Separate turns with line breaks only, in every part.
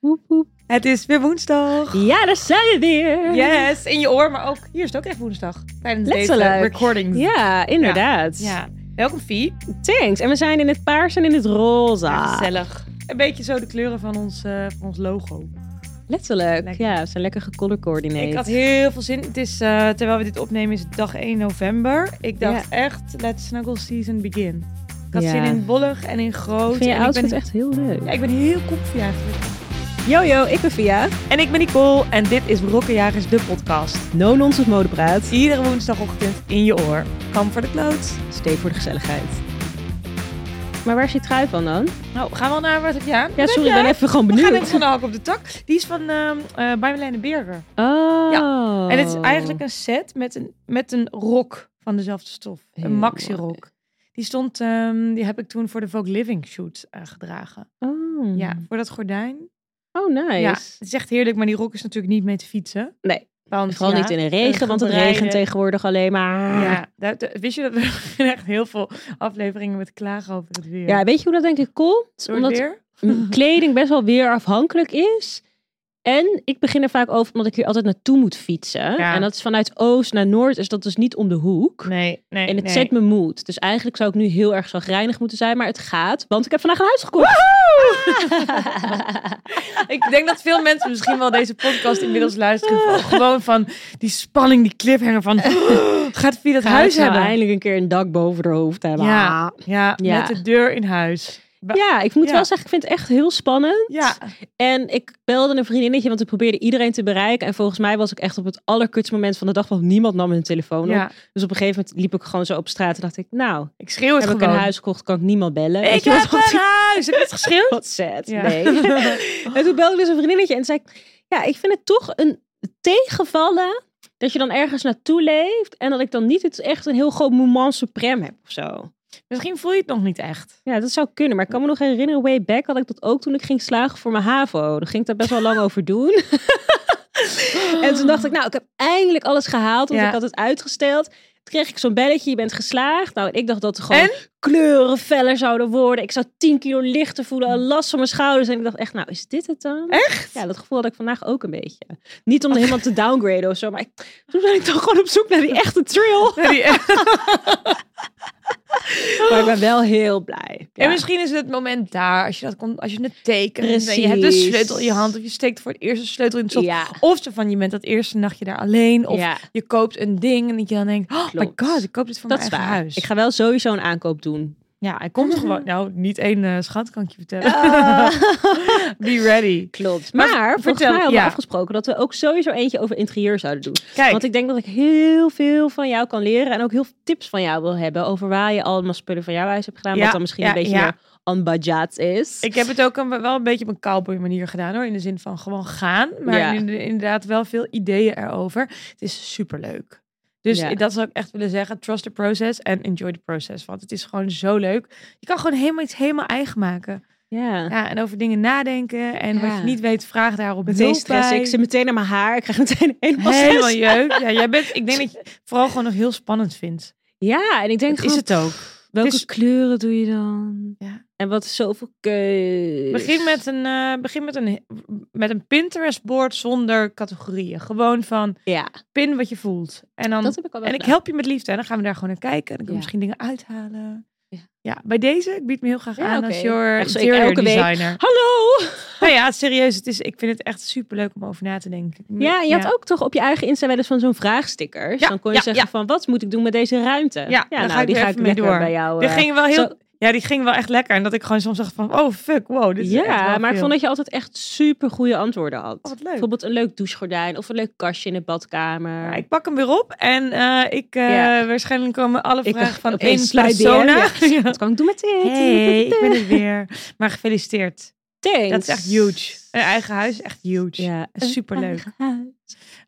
Woep, woep.
Het is weer woensdag.
Ja, daar zijn we weer.
Yes, in je oor, maar ook hier is het ook echt woensdag. Tijdens deze
Letterlijk.
recording.
Ja, inderdaad.
Ja. Welkom Fie.
Thanks. En we zijn in het paars en in het
Ja,
roze.
Gezellig. Een beetje zo de kleuren van ons, eh, van ons logo.
Letterlijk.
Lekker.
Ja, we zijn lekker gecolor coördinate.
Ik had heel veel zin. Het is, eh, terwijl we dit opnemen is het dag 1 november. Ik dacht echt, let snuggle season begin. Ik had
Ja.
zin in bollig en in groot.
vind je
en ik
outfit
ben,
echt heel leuk.
Ja, ik ben heel koffie eigenlijk.
Yo, yo, ik ben Via.
En ik ben Nicole en dit is Brokkenjagers, de podcast.
No nonsense modepraat.
Iedere woensdagochtend in je oor. Kam voor de kloot.
Steek voor de gezelligheid. Maar waar is je trui van dan?
Nou, gaan we al naar wat heb je aan?
Ja, sorry, ik ben even gewoon
We gaan even
benieuwd.
van de hak op de tak. Die is van ehm eh Marjoleine Berger.
Oh.
En het is eigenlijk een set met een, met een rok van dezelfde stof.
Heel
een maxi-rok. Die stond, ehm, die heb ik toen voor de Vogue Living shoot eh, gedragen.
Oh,
Ja, voor dat gordijn.
oh nice.
Ja, het is echt heerlijk, maar die rok is natuurlijk niet mee te fietsen.
Nee.
Want,
Vooral
ja,
niet in de regen,
gaan
want het
rijden.
regent tegenwoordig alleen maar.
Ja, daar- daar- wist je dat we echt heel veel afleveringen met klagen over het weer.
Ja, weet je hoe dat denk ik komt?
Door het
Omdat
weer?
m- kleding best wel weerafhankelijk is. En ik begin er vaak over omdat ik hier altijd naartoe moet fietsen.
Ja.
En dat is vanuit oost naar noord, dus dat is niet om de hoek.
Nee, nee,
En het
nee.
zet me moed. Dus eigenlijk zou ik nu heel erg zagrijnig moeten zijn, maar het gaat. Want ik heb vandaag een huis gekocht.
Ik denk dat veel mensen misschien wel deze podcast inmiddels luisteren. van- Gewoon van die spanning, die cliffhanger van... Gaat Fie dat huis hebben?
nou eindelijk een keer een dak boven haar hoofd hebben.
Ja. Ja,
Ja.
met de deur in huis. Ba-
Ja, ik moet
Ja.
wel zeggen, ik vind het echt heel spannend.
Ja,
En ik belde een vriendinnetje, want ik probeerde iedereen te bereiken. En volgens mij was ik echt op het allerkutste moment van de dag, want niemand nam hun telefoon op.
ja.
Dus op een gegeven moment liep ik gewoon zo op straat en dacht ik, nou,
ik schreeuw het
heb ik
gewoon.
een huis gekocht, kan ik niemand bellen.
Ik
Weet je
heb
wat-
een huis! Heb je het geschreeuwd?
Wat zet,
Ja.
nee. en toen belde ik dus een vriendinnetje en zei ik, ja, ik vind het toch een tegenvallen dat je dan ergens naartoe leeft en dat ik dan niet het echt een heel groot moment supreme heb of zo.
Misschien voel je het nog niet echt.
Ja, dat zou kunnen, maar ik kan me nog herinneren, way back had ik dat ook toen ik ging slagen voor mijn HAVO. Daar ging ik daar best wel lang over doen. En toen dacht ik, nou, ik heb eindelijk alles gehaald, want
Ja.
ik had het uitgesteld. Toen kreeg ik zo'n belletje, je bent geslaagd. Nou, en ik dacht dat er gewoon
En?
kleuren feller zouden worden. Ik zou 10 kilo lichter voelen, een last van mijn schouders. En ik dacht echt, nou, is dit het dan?
Echt?
Ja, dat gevoel had ik vandaag ook een beetje. Niet om helemaal te downgraden of zo, maar ik, toen ben ik toch gewoon op zoek naar die echte thrill.
Ja, die-
Maar ik ben wel heel blij. Ja.
En misschien is het het moment daar, als je dat kon, als je het tekent en je hebt de
Precies.
sleutel in je hand of je steekt voor het eerst een sleutel in het slot.
ja.
Of zo van je bent dat eerste nachtje daar alleen of
ja,
je koopt een ding en dat je dan denkt, oh my
Klopt.
god, ik koop dit voor
dat is
mijn eigen
waar.
huis.
Ik ga wel sowieso een aankoop doen.
Ja, hij komt gewoon. Nou, niet één eh, schat, kan ik je vertellen.
Ah.
Be ready.
Klopt.
Ah. Maar
Maar, volgens
vertel,
mij hadden
ja.
we afgesproken dat we ook sowieso eentje over interieur zouden doen.
Kijk,
Want ik denk dat ik heel veel van jou kan leren en ook heel veel tips van jou wil hebben over waar je allemaal spullen van jouw huis hebt gedaan.
Ja,
wat dan misschien
ja,
een beetje
ja.
meer on budget is.
ik heb het ook een- wel een beetje op een cowboy manier gedaan hoor. In de zin van gewoon gaan. Maar
Ja.
in- inderdaad wel veel ideeën erover. Het is superleuk. Dus
Ja.
dat zou ik echt willen zeggen. Trust the process en enjoy the process. Want het is gewoon zo leuk. Je kan gewoon helemaal iets helemaal eigen maken.
ja.
Ja, en over dingen nadenken. En wat
Ja.
je niet weet, vraag daarop
Meteen
hulp
stress.
bij.
Ik zit meteen naar mijn haar. Ik krijg meteen helemaal
Helemaal
stress.
jeuk. Ja, jij bent, ik denk dat je het vooral gewoon nog heel spannend vindt.
Ja, en ik denk
Dat is
gewoon,
het ook.
welke
Het is-
kleuren doe je dan?
Ja.
En wat is zoveel keus?
Begin met een, eh, begin met een, met een Pinterest-board zonder categorieën. Gewoon van
Ja,
pin wat je voelt. En, dan,
dat heb ik al wel
en ik
gedaan.
help je met liefde. En dan gaan we daar gewoon naar kijken. En dan kunnen
Ja.
we misschien dingen uithalen.
Ja.
Ja. bij deze, ik bied me heel graag
Ja,
aan
oké.
als your
Echt zo, ik
interior
elke week.
designer.
Hallo!
Nou ja, serieus, het is, ik vind het echt superleuk om over na te denken.
Ja, en je had ook toch op je eigen Insta wel eens van zo'n vraagstickers.
Ja,
dan kon je
ja,
zeggen
ja.
van, wat moet ik doen met deze ruimte?
daar ga
nou, die
ik weer
ga ik
even mee
lekker
door.
bij jou.
Die
eh,
ging wel heel...
zo-
Ja, die ging wel echt lekker. En dat ik gewoon soms dacht van, oh fuck, wow. Dit is echt
ja,
wel
maar ik
veel.
vond dat je altijd echt super goede antwoorden had.
Oh, wat leuk.
Bijvoorbeeld een leuk douchegordijn of een leuk kastje in de badkamer.
Ja, ik pak hem weer op en eh, ik, eh,
Ja.
waarschijnlijk komen alle
Ik
vragen
dacht,
van
opeens
één
sluit die, hè?
persona. Ja.
Wat kan ik doen met dit?
Hey, ik ben er weer. Maar gefeliciteerd.
Thanks.
Dat is echt huge. Een eigen huis is echt huge.
Ja,
Is superleuk.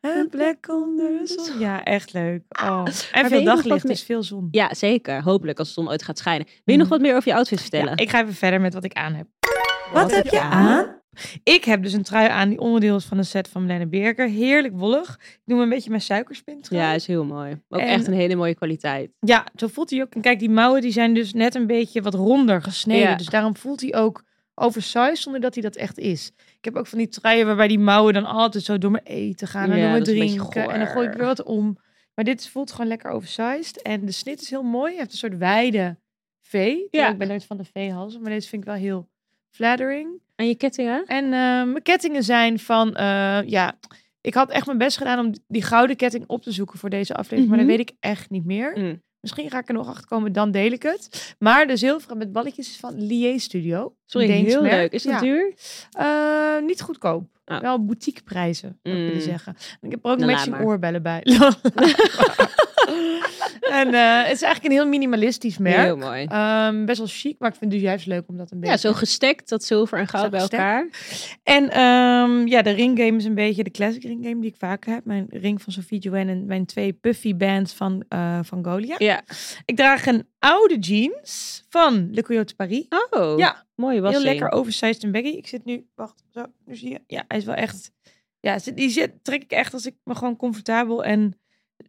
Een plek onder de zon. Ja, echt leuk. Oh. En
weet Ah, je
veel
nog wat
daglicht,
me-
dus veel zon.
Ja, zeker. Hopelijk als de zon ooit gaat schijnen. Wil je
Mhm.
nog wat meer over je outfit
Ja,
vertellen?
ik ga even verder met wat ik aan heb.
Wat heb je aan?
Ik heb dus een trui aan die onderdeel is van een set van Marlene Berger. Heerlijk wollig. Ik noem hem een beetje mijn suikerspin trui.
Ja, is heel mooi. Ook
En-
echt een hele mooie kwaliteit.
Ja, zo voelt hij ook. En kijk, die mouwen die zijn dus net een beetje wat ronder gesneden.
Ja.
Dus daarom voelt hij ook oversized zonder dat hij dat echt is. Ik heb ook van die truien waarbij die mouwen dan altijd zo door mijn eten gaan en
Ja,
door mijn
dat is een beetje
drinken. En dan gooi ik weer wat om. Maar dit voelt gewoon lekker oversized. En de snit is heel mooi. Hij heeft een soort wijde V.
Ja.
Ik ben nooit van de V-halsen, maar deze vind ik wel heel flattering.
En je kettingen?
En eh, mijn kettingen zijn van, eh, ja, ik had echt mijn best gedaan om die gouden ketting op te zoeken voor deze aflevering, maar
Mhm.
dat weet ik echt niet meer.
Mm.
Misschien ga ik er nog achter komen, dan deel ik het. Maar de zilveren met balletjes is van Lier Studio.
Sorry,
Een Deens
heel
merk.
leuk. Is dat
Ja.
duur?
Eh, niet goedkoop.
Oh.
Wel boutique prijzen, moet ik willen
Mm.
zeggen. En Ik heb er
Nou,
ook
laat
matching
maar.
oorbellen bij. en eh, het is eigenlijk een heel minimalistisch merk.
Heel mooi.
Ehm, best wel chic, maar ik vind dus juist leuk om dat een beetje...
Ja, zo gestekt, dat zilver en goud
Zo
bij
gestekt.
elkaar.
En ehm, ja, de ringgame is een beetje de classic ringgame die ik vaak heb. Mijn ring van Sophie Joanne en mijn twee puffy bands van, eh van Golia.
Ja.
Ik draag een oude jeans van Le Coyote Paris.
Oh,
Ja.
mooi was
Heel lekker oversized en baggy. Ik zit nu, wacht, zo, nu zie je. Ja, hij is wel echt, ja, zit- die zit, trek ik echt als ik me gewoon comfortabel en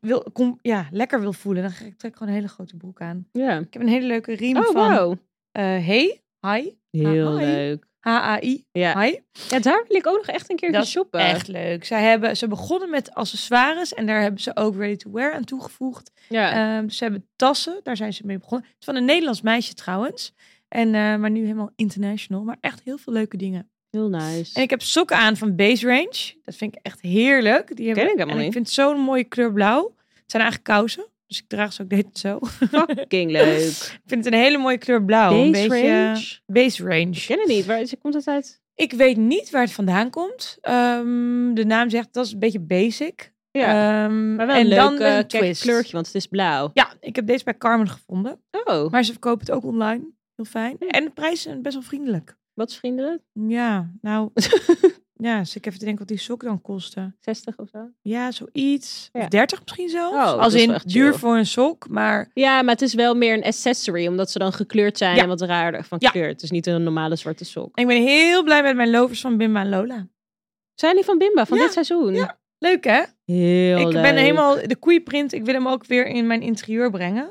wil, kom, ja, lekker wil voelen. Dan ga ik trek ik gewoon een hele grote broek aan.
Ja.
Ik heb een hele leuke riem
Oh,
van
wauw.
eh, Hey, Hi,
Heel
Ah, hi.
leuk. Ah.
H-A-I,
Ja.
Hi.
ja, daar wil ik ook nog echt een keertje
Dat is
shoppen.
Echt leuk. Zij hebben, ze begonnen met accessoires en daar hebben ze ook ready-to-wear aan toegevoegd.
Ja.
Ehm, ze hebben tassen, daar zijn ze mee begonnen. Het is van een Nederlands meisje trouwens. En, eh, maar nu helemaal international. Maar echt heel veel leuke dingen.
heel nice.
En ik heb sokken aan van Base Range. Dat vind ik echt heerlijk. Die hebben,
ik helemaal
en ik
niet.
vind het zo'n mooie kleur blauw. Het zijn eigenlijk kousen. Dus ik draag ze ook de hele tijd zo.
Fucking leuk.
ik vind het een hele mooie kleur blauw. Oh, een
Deze
beetje,
range.
Base
Ik
Range.
ken het niet. Waar is, komt dat uit?
Ik weet niet waar het vandaan komt. Ehm, de naam zegt dat is een beetje basic.
Ja.
Ehm,
maar wel
en
een leuk
dan
eh,
met een
kijk,
twist.
kleurtje, want het is blauw.
Ja, ik heb deze bij Carmen gevonden.
Oh,
Maar ze verkopen het ook online. Heel fijn. En de prijzen zijn best wel vriendelijk.
wat is vriendelijk?
Ja, nou. ja, dus ik even te denken wat die sok dan kostte.
60 of zo?
Ja, zoiets.
Ja.
Of 30 misschien zelfs.
Oh, dat
Als
is
in
wel echt
duur
chill.
voor een sok, maar
Ja, maar het is wel meer een accessory, omdat ze dan gekleurd zijn
Ja.
en wat raarder van
Ja.
kleur. Het is niet een normale zwarte sok.
ik ben heel blij met mijn lovers van Bimba en Lola.
Zijn die van Bimba, van
Ja.
dit seizoen?
Ja. Leuk hè?
Heel
ik
leuk.
ben helemaal de koeienprint. Ik wil hem ook weer in mijn interieur brengen.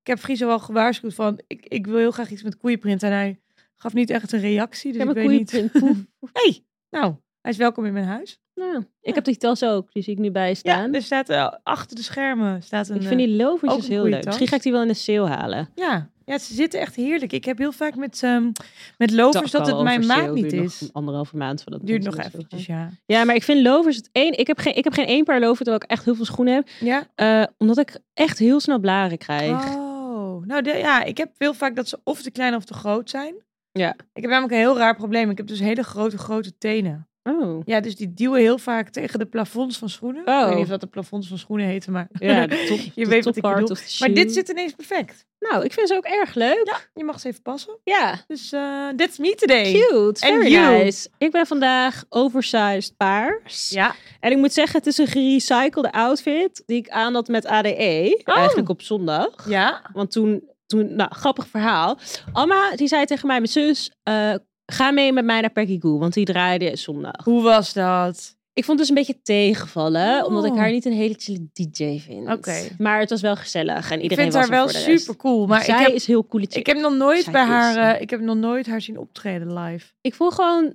Ik heb Friso al gewaarschuwd van ik, ik wil heel graag iets met koeienprint en hij gaf niet echt een reactie, dus
Ja,
ik
maar
weet
koeien-
niet.
poef.
Hey, nou, hij is welkom in mijn huis.
Nou, ik heb die tas ook, die zie ik nu bij staan.
Ja, er staat eh, achter de schermen staat een.
ik vind
eh,
die
ook
lovertjes
een
heel
goeie
leuk.
tas.
Misschien ga ik die wel in de sale halen.
ja, ja, ze zitten echt heerlijk. Ik heb heel vaak met ehm met lovers dat
Dacht
het
al
mijn
over
maat
sale,
niet
duurt
is.
Nog anderhalve maand voordat het
Duurt
in de
nog
sale
eventjes, ja.
gaat. Ja, maar ik vind lovers het één. Ik heb geen, ik heb geen één paar lovers, terwijl ik echt heel veel schoenen heb.
Ja.
Eh, omdat ik echt heel snel blaren krijg.
Oh, nou de- ja, ik heb heel vaak dat ze of te klein of te groot zijn.
Ja.
Ik heb namelijk een heel raar probleem. Ik heb dus hele grote, grote tenen.
Oh.
Ja, dus die duwen heel vaak tegen de plafonds van schoenen.
Oh.
Ik weet niet of dat de plafonds van schoenen heten, maar...
Ja, de top,
je
de
weet wat ik
tophart
bedoel.
of de
Maar dit
shoe.
zit ineens perfect.
Nou, ik vind ze ook erg leuk.
Je mag ze even passen.
Ja.
Dus eh that's me today.
Cute.
En
Very
you.
nice. Ik ben vandaag oversized paars.
Ja.
En ik moet zeggen, het is een gerecyclede outfit die ik aan had met ADE.
Oh.
Eigenlijk op zondag.
Ja.
Want toen, toen, nou, grappig verhaal. Alma, die zei tegen mij, mijn zus, eh, ga mee met mij naar Peggy Goo, want die draaide zondag.
Hoe was dat?
Ik vond het dus een beetje tegenvallen, omdat ik
Oh.
haar niet een hele chille DJ vind.
Oké.
Maar het was wel gezellig en
Ik
iedereen
vind
was
haar wel
er voor de rest.
super cool. Maar
Zij
ik, heb,
is heel cool.
ik heb nog nooit
Zij
bij
is,
haar...
eh,
eh, ik heb nog nooit haar zien optreden live.
Ik voel gewoon,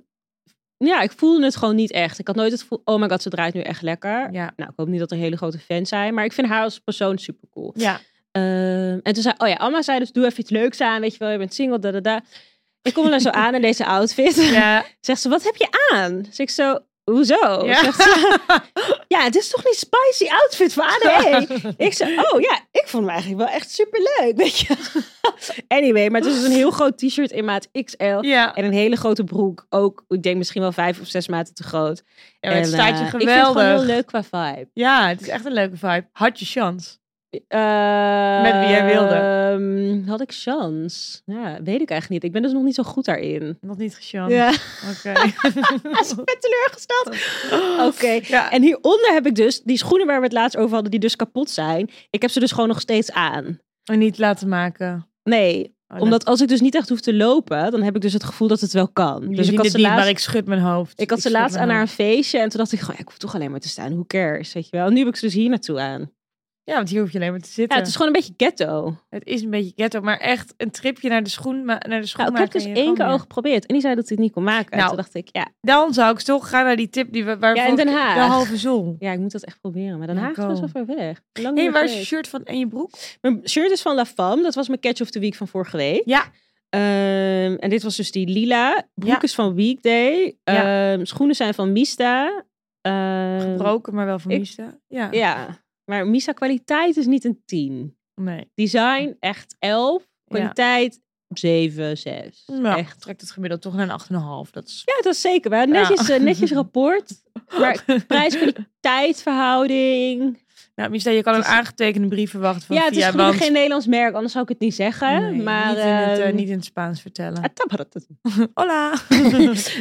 ja, ik voelde het gewoon niet echt. Ik had nooit het gevoel, oh my god, ze draait nu echt lekker.
Ja.
Nou, ik hoop niet dat er hele grote fans zijn, maar ik vind haar als persoon super cool.
Ja.
Ehm, en toen zei, oh ja, Amma zei dus, doe even iets leuks aan, weet je wel, je bent single, da da da. Ik kom er zo aan in deze outfit.
Ja.
Zegt ze, wat heb je aan? Zeg ik zo, hoezo?
Ja.
Zegt ze, ja, het is toch niet spicy outfit voor ADE? ik zei, oh ja, ik vond hem eigenlijk wel echt superleuk, weet je. anyway, maar het is dus een heel groot t-shirt in maat XL.
Ja.
En een hele grote broek, ook, ik denk misschien wel vijf of zes maten te groot.
Ja, maar het
En,
staat
eh,
je
Ik vind het gewoon heel
geweldig.
leuk qua vibe.
Ja, het is echt een leuke vibe. Had je chance.
Eh,
Met wie jij wilde.
ehm, had ik chance? Ja, weet ik eigenlijk niet. Ik ben dus nog niet zo goed daarin.
Nog niet gechance.
Ja,
Oké.
ik ben teleurgesteld. Oké.
Ja.
En hieronder heb ik dus die schoenen waar we het laatst over hadden, die dus kapot zijn. Ik heb ze dus gewoon nog steeds aan.
En niet laten maken.
Nee,
Oh, dat-
omdat als ik dus niet echt hoef te lopen, dan heb ik dus het gevoel dat het wel kan.
Je
Dus ik
ziet
had
het
ze
niet,
laatst,
maar ik schud mijn hoofd.
ik had ze
schud
laatst
mijn
aan naar een
hoofd.
feestje en toen dacht ik gewoon, ja, ik hoef toch alleen maar te staan. Who cares, weet je wel. En nu heb ik ze dus hier naartoe aan.
Ja, want hier hoef je alleen maar te zitten.
Ja, het is gewoon een beetje ghetto. Nou,
Het is een beetje ghetto, maar echt een tripje naar de schoen, maar naar de
Nou, ik
schoenmaker.
heb dus
en je
één keer
gewoon
al
weer-
geprobeerd. En die zei dat hij het niet kon maken.
Nou.
En toen dacht ik, ja,
Dan zou ik toch gaan naar die tip die we waar
Ja, in Den Haag.
de halve zon.
ja, ik moet dat echt proberen. Maar Den
Ja,
Haag
ik
is best wel
ook.
ver weg. Lang
Hé,
niet meer
waar is je
geweest.
shirt van en je broek?
Mijn shirt is van La Femme. Dat was mijn catch of the week van vorige week.
Ja.
Ehm, en dit was dus die lila. Broek
Ja.
is van Weekday.
Ja.
Ehm, schoenen zijn van Mista. Ehm,
Gebroken, maar wel van
ik-
Mista. Ja.
Ja. Maar Mista kwaliteit is niet een 10.
Nee.
Design echt 11. Kwaliteit 7, 6.
Nou,
Echt.
trekt het gemiddeld toch naar een 8,5. Dat is...
Ja, dat is zeker. We hadden netjes,
Ja.
eh, netjes rapport. Maar prijs-kwaliteitsverhouding.
nou, Mista, je kan een
Het is-
aangetekende brief verwachten van
ja, het is
Via,
gelukkig
want-
geen Nederlands merk, anders zou ik het niet zeggen.
Nee,
maar,
niet, in het, eh,
ehm,
niet in het Spaans vertellen.
ah, tabarat.
Hola!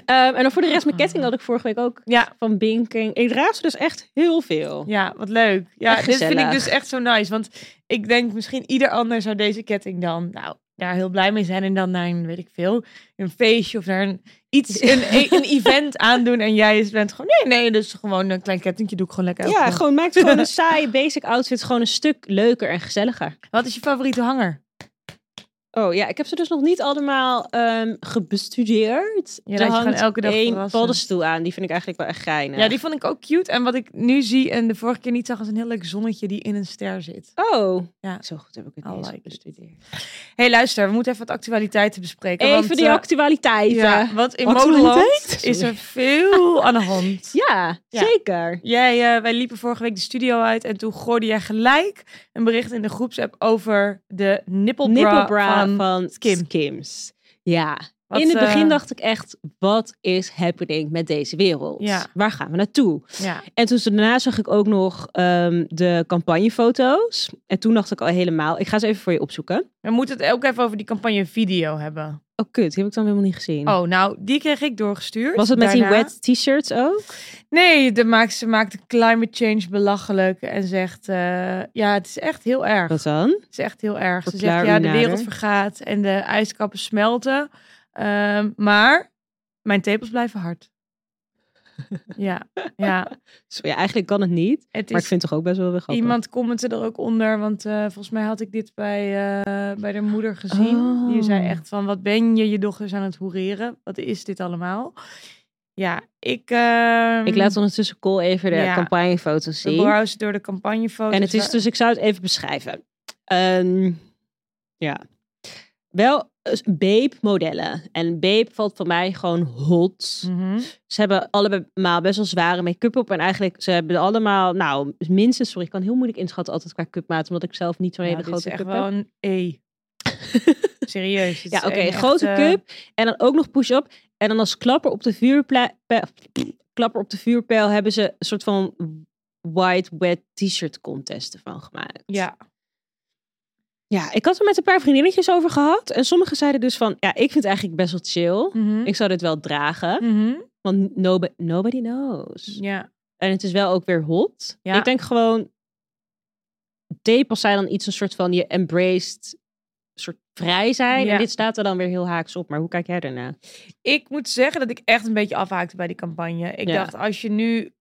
Ehm, en dan voor de rest mijn ketting had ik vorige week ook
ja,
van Binking. Ik draag ze dus echt heel veel.
ja, wat leuk. Ja,
Echt
dit vind ik
gezellig.
dus echt zo nice. Want ik denk misschien ieder ander zou deze ketting dan... Nou, daar heel blij mee zijn en dan naar een, weet ik veel, een feestje of naar een, iets, een, een event aandoen. En jij is- bent gewoon, nee, nee, dus gewoon een klein kettingje doe ik gewoon lekker. elke
Ja,
dag.
gewoon maakt gewoon een saaie basic outfit gewoon een stuk leuker en gezelliger.
Wat is je favoriete hanger?
Oh ja, ik heb ze dus nog niet allemaal ehm, gebestudeerd.
Ja,
Er
dat je
hangt
gewoon elke dag
één
verrassen.
paddenstoel aan. Die vind ik eigenlijk wel echt geinig.
Ja, die vond ik ook cute. En wat ik nu zie en de vorige keer niet zag, is een heel leuk zonnetje die in een ster zit.
Oh,
Ja.
zo goed heb ik het
I
niet eens
like it.
gebestudeerd.
hey, luister, we moeten even wat actualiteiten bespreken.
Even
want,
die
eh,
actualiteiten.
Ja, want in
Actualiteit?
Modeland is
Sorry.
er veel aan de hand.
Ja,
Ja.
zeker.
Jij, eh, wij liepen vorige week de studio uit en toen gooide jij gelijk een bericht in de groepsapp over de nipplebra,
Nipplebra van,
van... Skim.
Skims. Ja,
wat,
in het
eh,
begin dacht ik echt, wat is happening met deze wereld?
Ja.
Waar gaan we naartoe?
Ja,
En toen daarna zag ik ook nog ehm, de campagnefoto's. En toen dacht ik al helemaal, ik ga ze even voor je opzoeken.
we moeten het ook even over die campagne video hebben.
Oh kut, die heb ik dan helemaal niet gezien.
Oh, nou, die kreeg ik doorgestuurd.
Mm. Was het met die
daarna.
wet t-shirts ook?
Nee, de maak, ze maakt climate change belachelijk en zegt... eh, ja, het is echt heel erg.
Wat dan?
Het is echt heel erg. Ze
Verklaar
zegt,
u
ja, de
nader.
wereld vergaat en de ijskappen smelten. Ehm, maar mijn tepels blijven hard. ja, ja.
Zo, Dus, Ja, eigenlijk kan het niet.
Het
Maar
is,
ik vind het toch ook best wel weer grappig.
iemand commentte er ook onder, want eh, volgens mij had ik dit bij, eh, bij haar moeder gezien. Die zei
Oh.
echt van, wat ben je, je dochter is aan het hoereren. Wat is dit allemaal? Ja, ik... ehm,
Ik laat ondertussen Cole even de
Ja.
campagnefoto's
we
zien.
browsen door de campagnefoto's.
En het is
Oh, waar-
dus, ik zou het even beschrijven. Ehm, ja. Wel eh, babe modellen. En babe valt voor mij gewoon hot.
Mhm.
Ze hebben allemaal best wel zware make-up op. En eigenlijk, ze hebben allemaal, nou, minstens, sorry, ik kan heel moeilijk inschatten altijd qua cupmaat. Omdat ik zelf niet zo'n
Nou,
hele
dit is
grote
echt
cup
wel
heb.
een E. Serieus. dit
Ja,
is
oké,
een
grote
echt, eh,
cup. En dan ook nog push-up. En dan als klapper op de vuurpijl, klapper op de vuurpijl hebben ze een soort van white wet t-shirt contest ervan gemaakt.
Ja,
Ja, ik had er met een paar vriendinnetjes over gehad. En sommigen zeiden dus van, ja, ik vind het eigenlijk best wel chill. Ik zou dit wel dragen,
Mhm.
want nobo- nobody knows.
Ja.
En het is wel ook weer hot.
Ja.
Ik denk gewoon, tepels zijn dan iets een soort van je embraced, soort vrij zijn.
Ja.
En dit staat er dan weer heel haaks op. Maar hoe kijk jij daarna?
Ik moet zeggen dat ik echt een beetje afhaakte bij die campagne. Ik
Ja.
dacht, als je nu...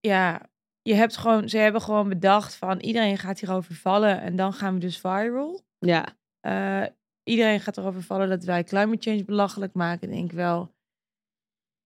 Ja, je hebt gewoon, ze hebben gewoon bedacht van... Iedereen gaat hierover vallen en dan gaan we dus viral.
Ja,
Eh, iedereen gaat erover vallen dat wij climate change belachelijk maken, denk ik wel.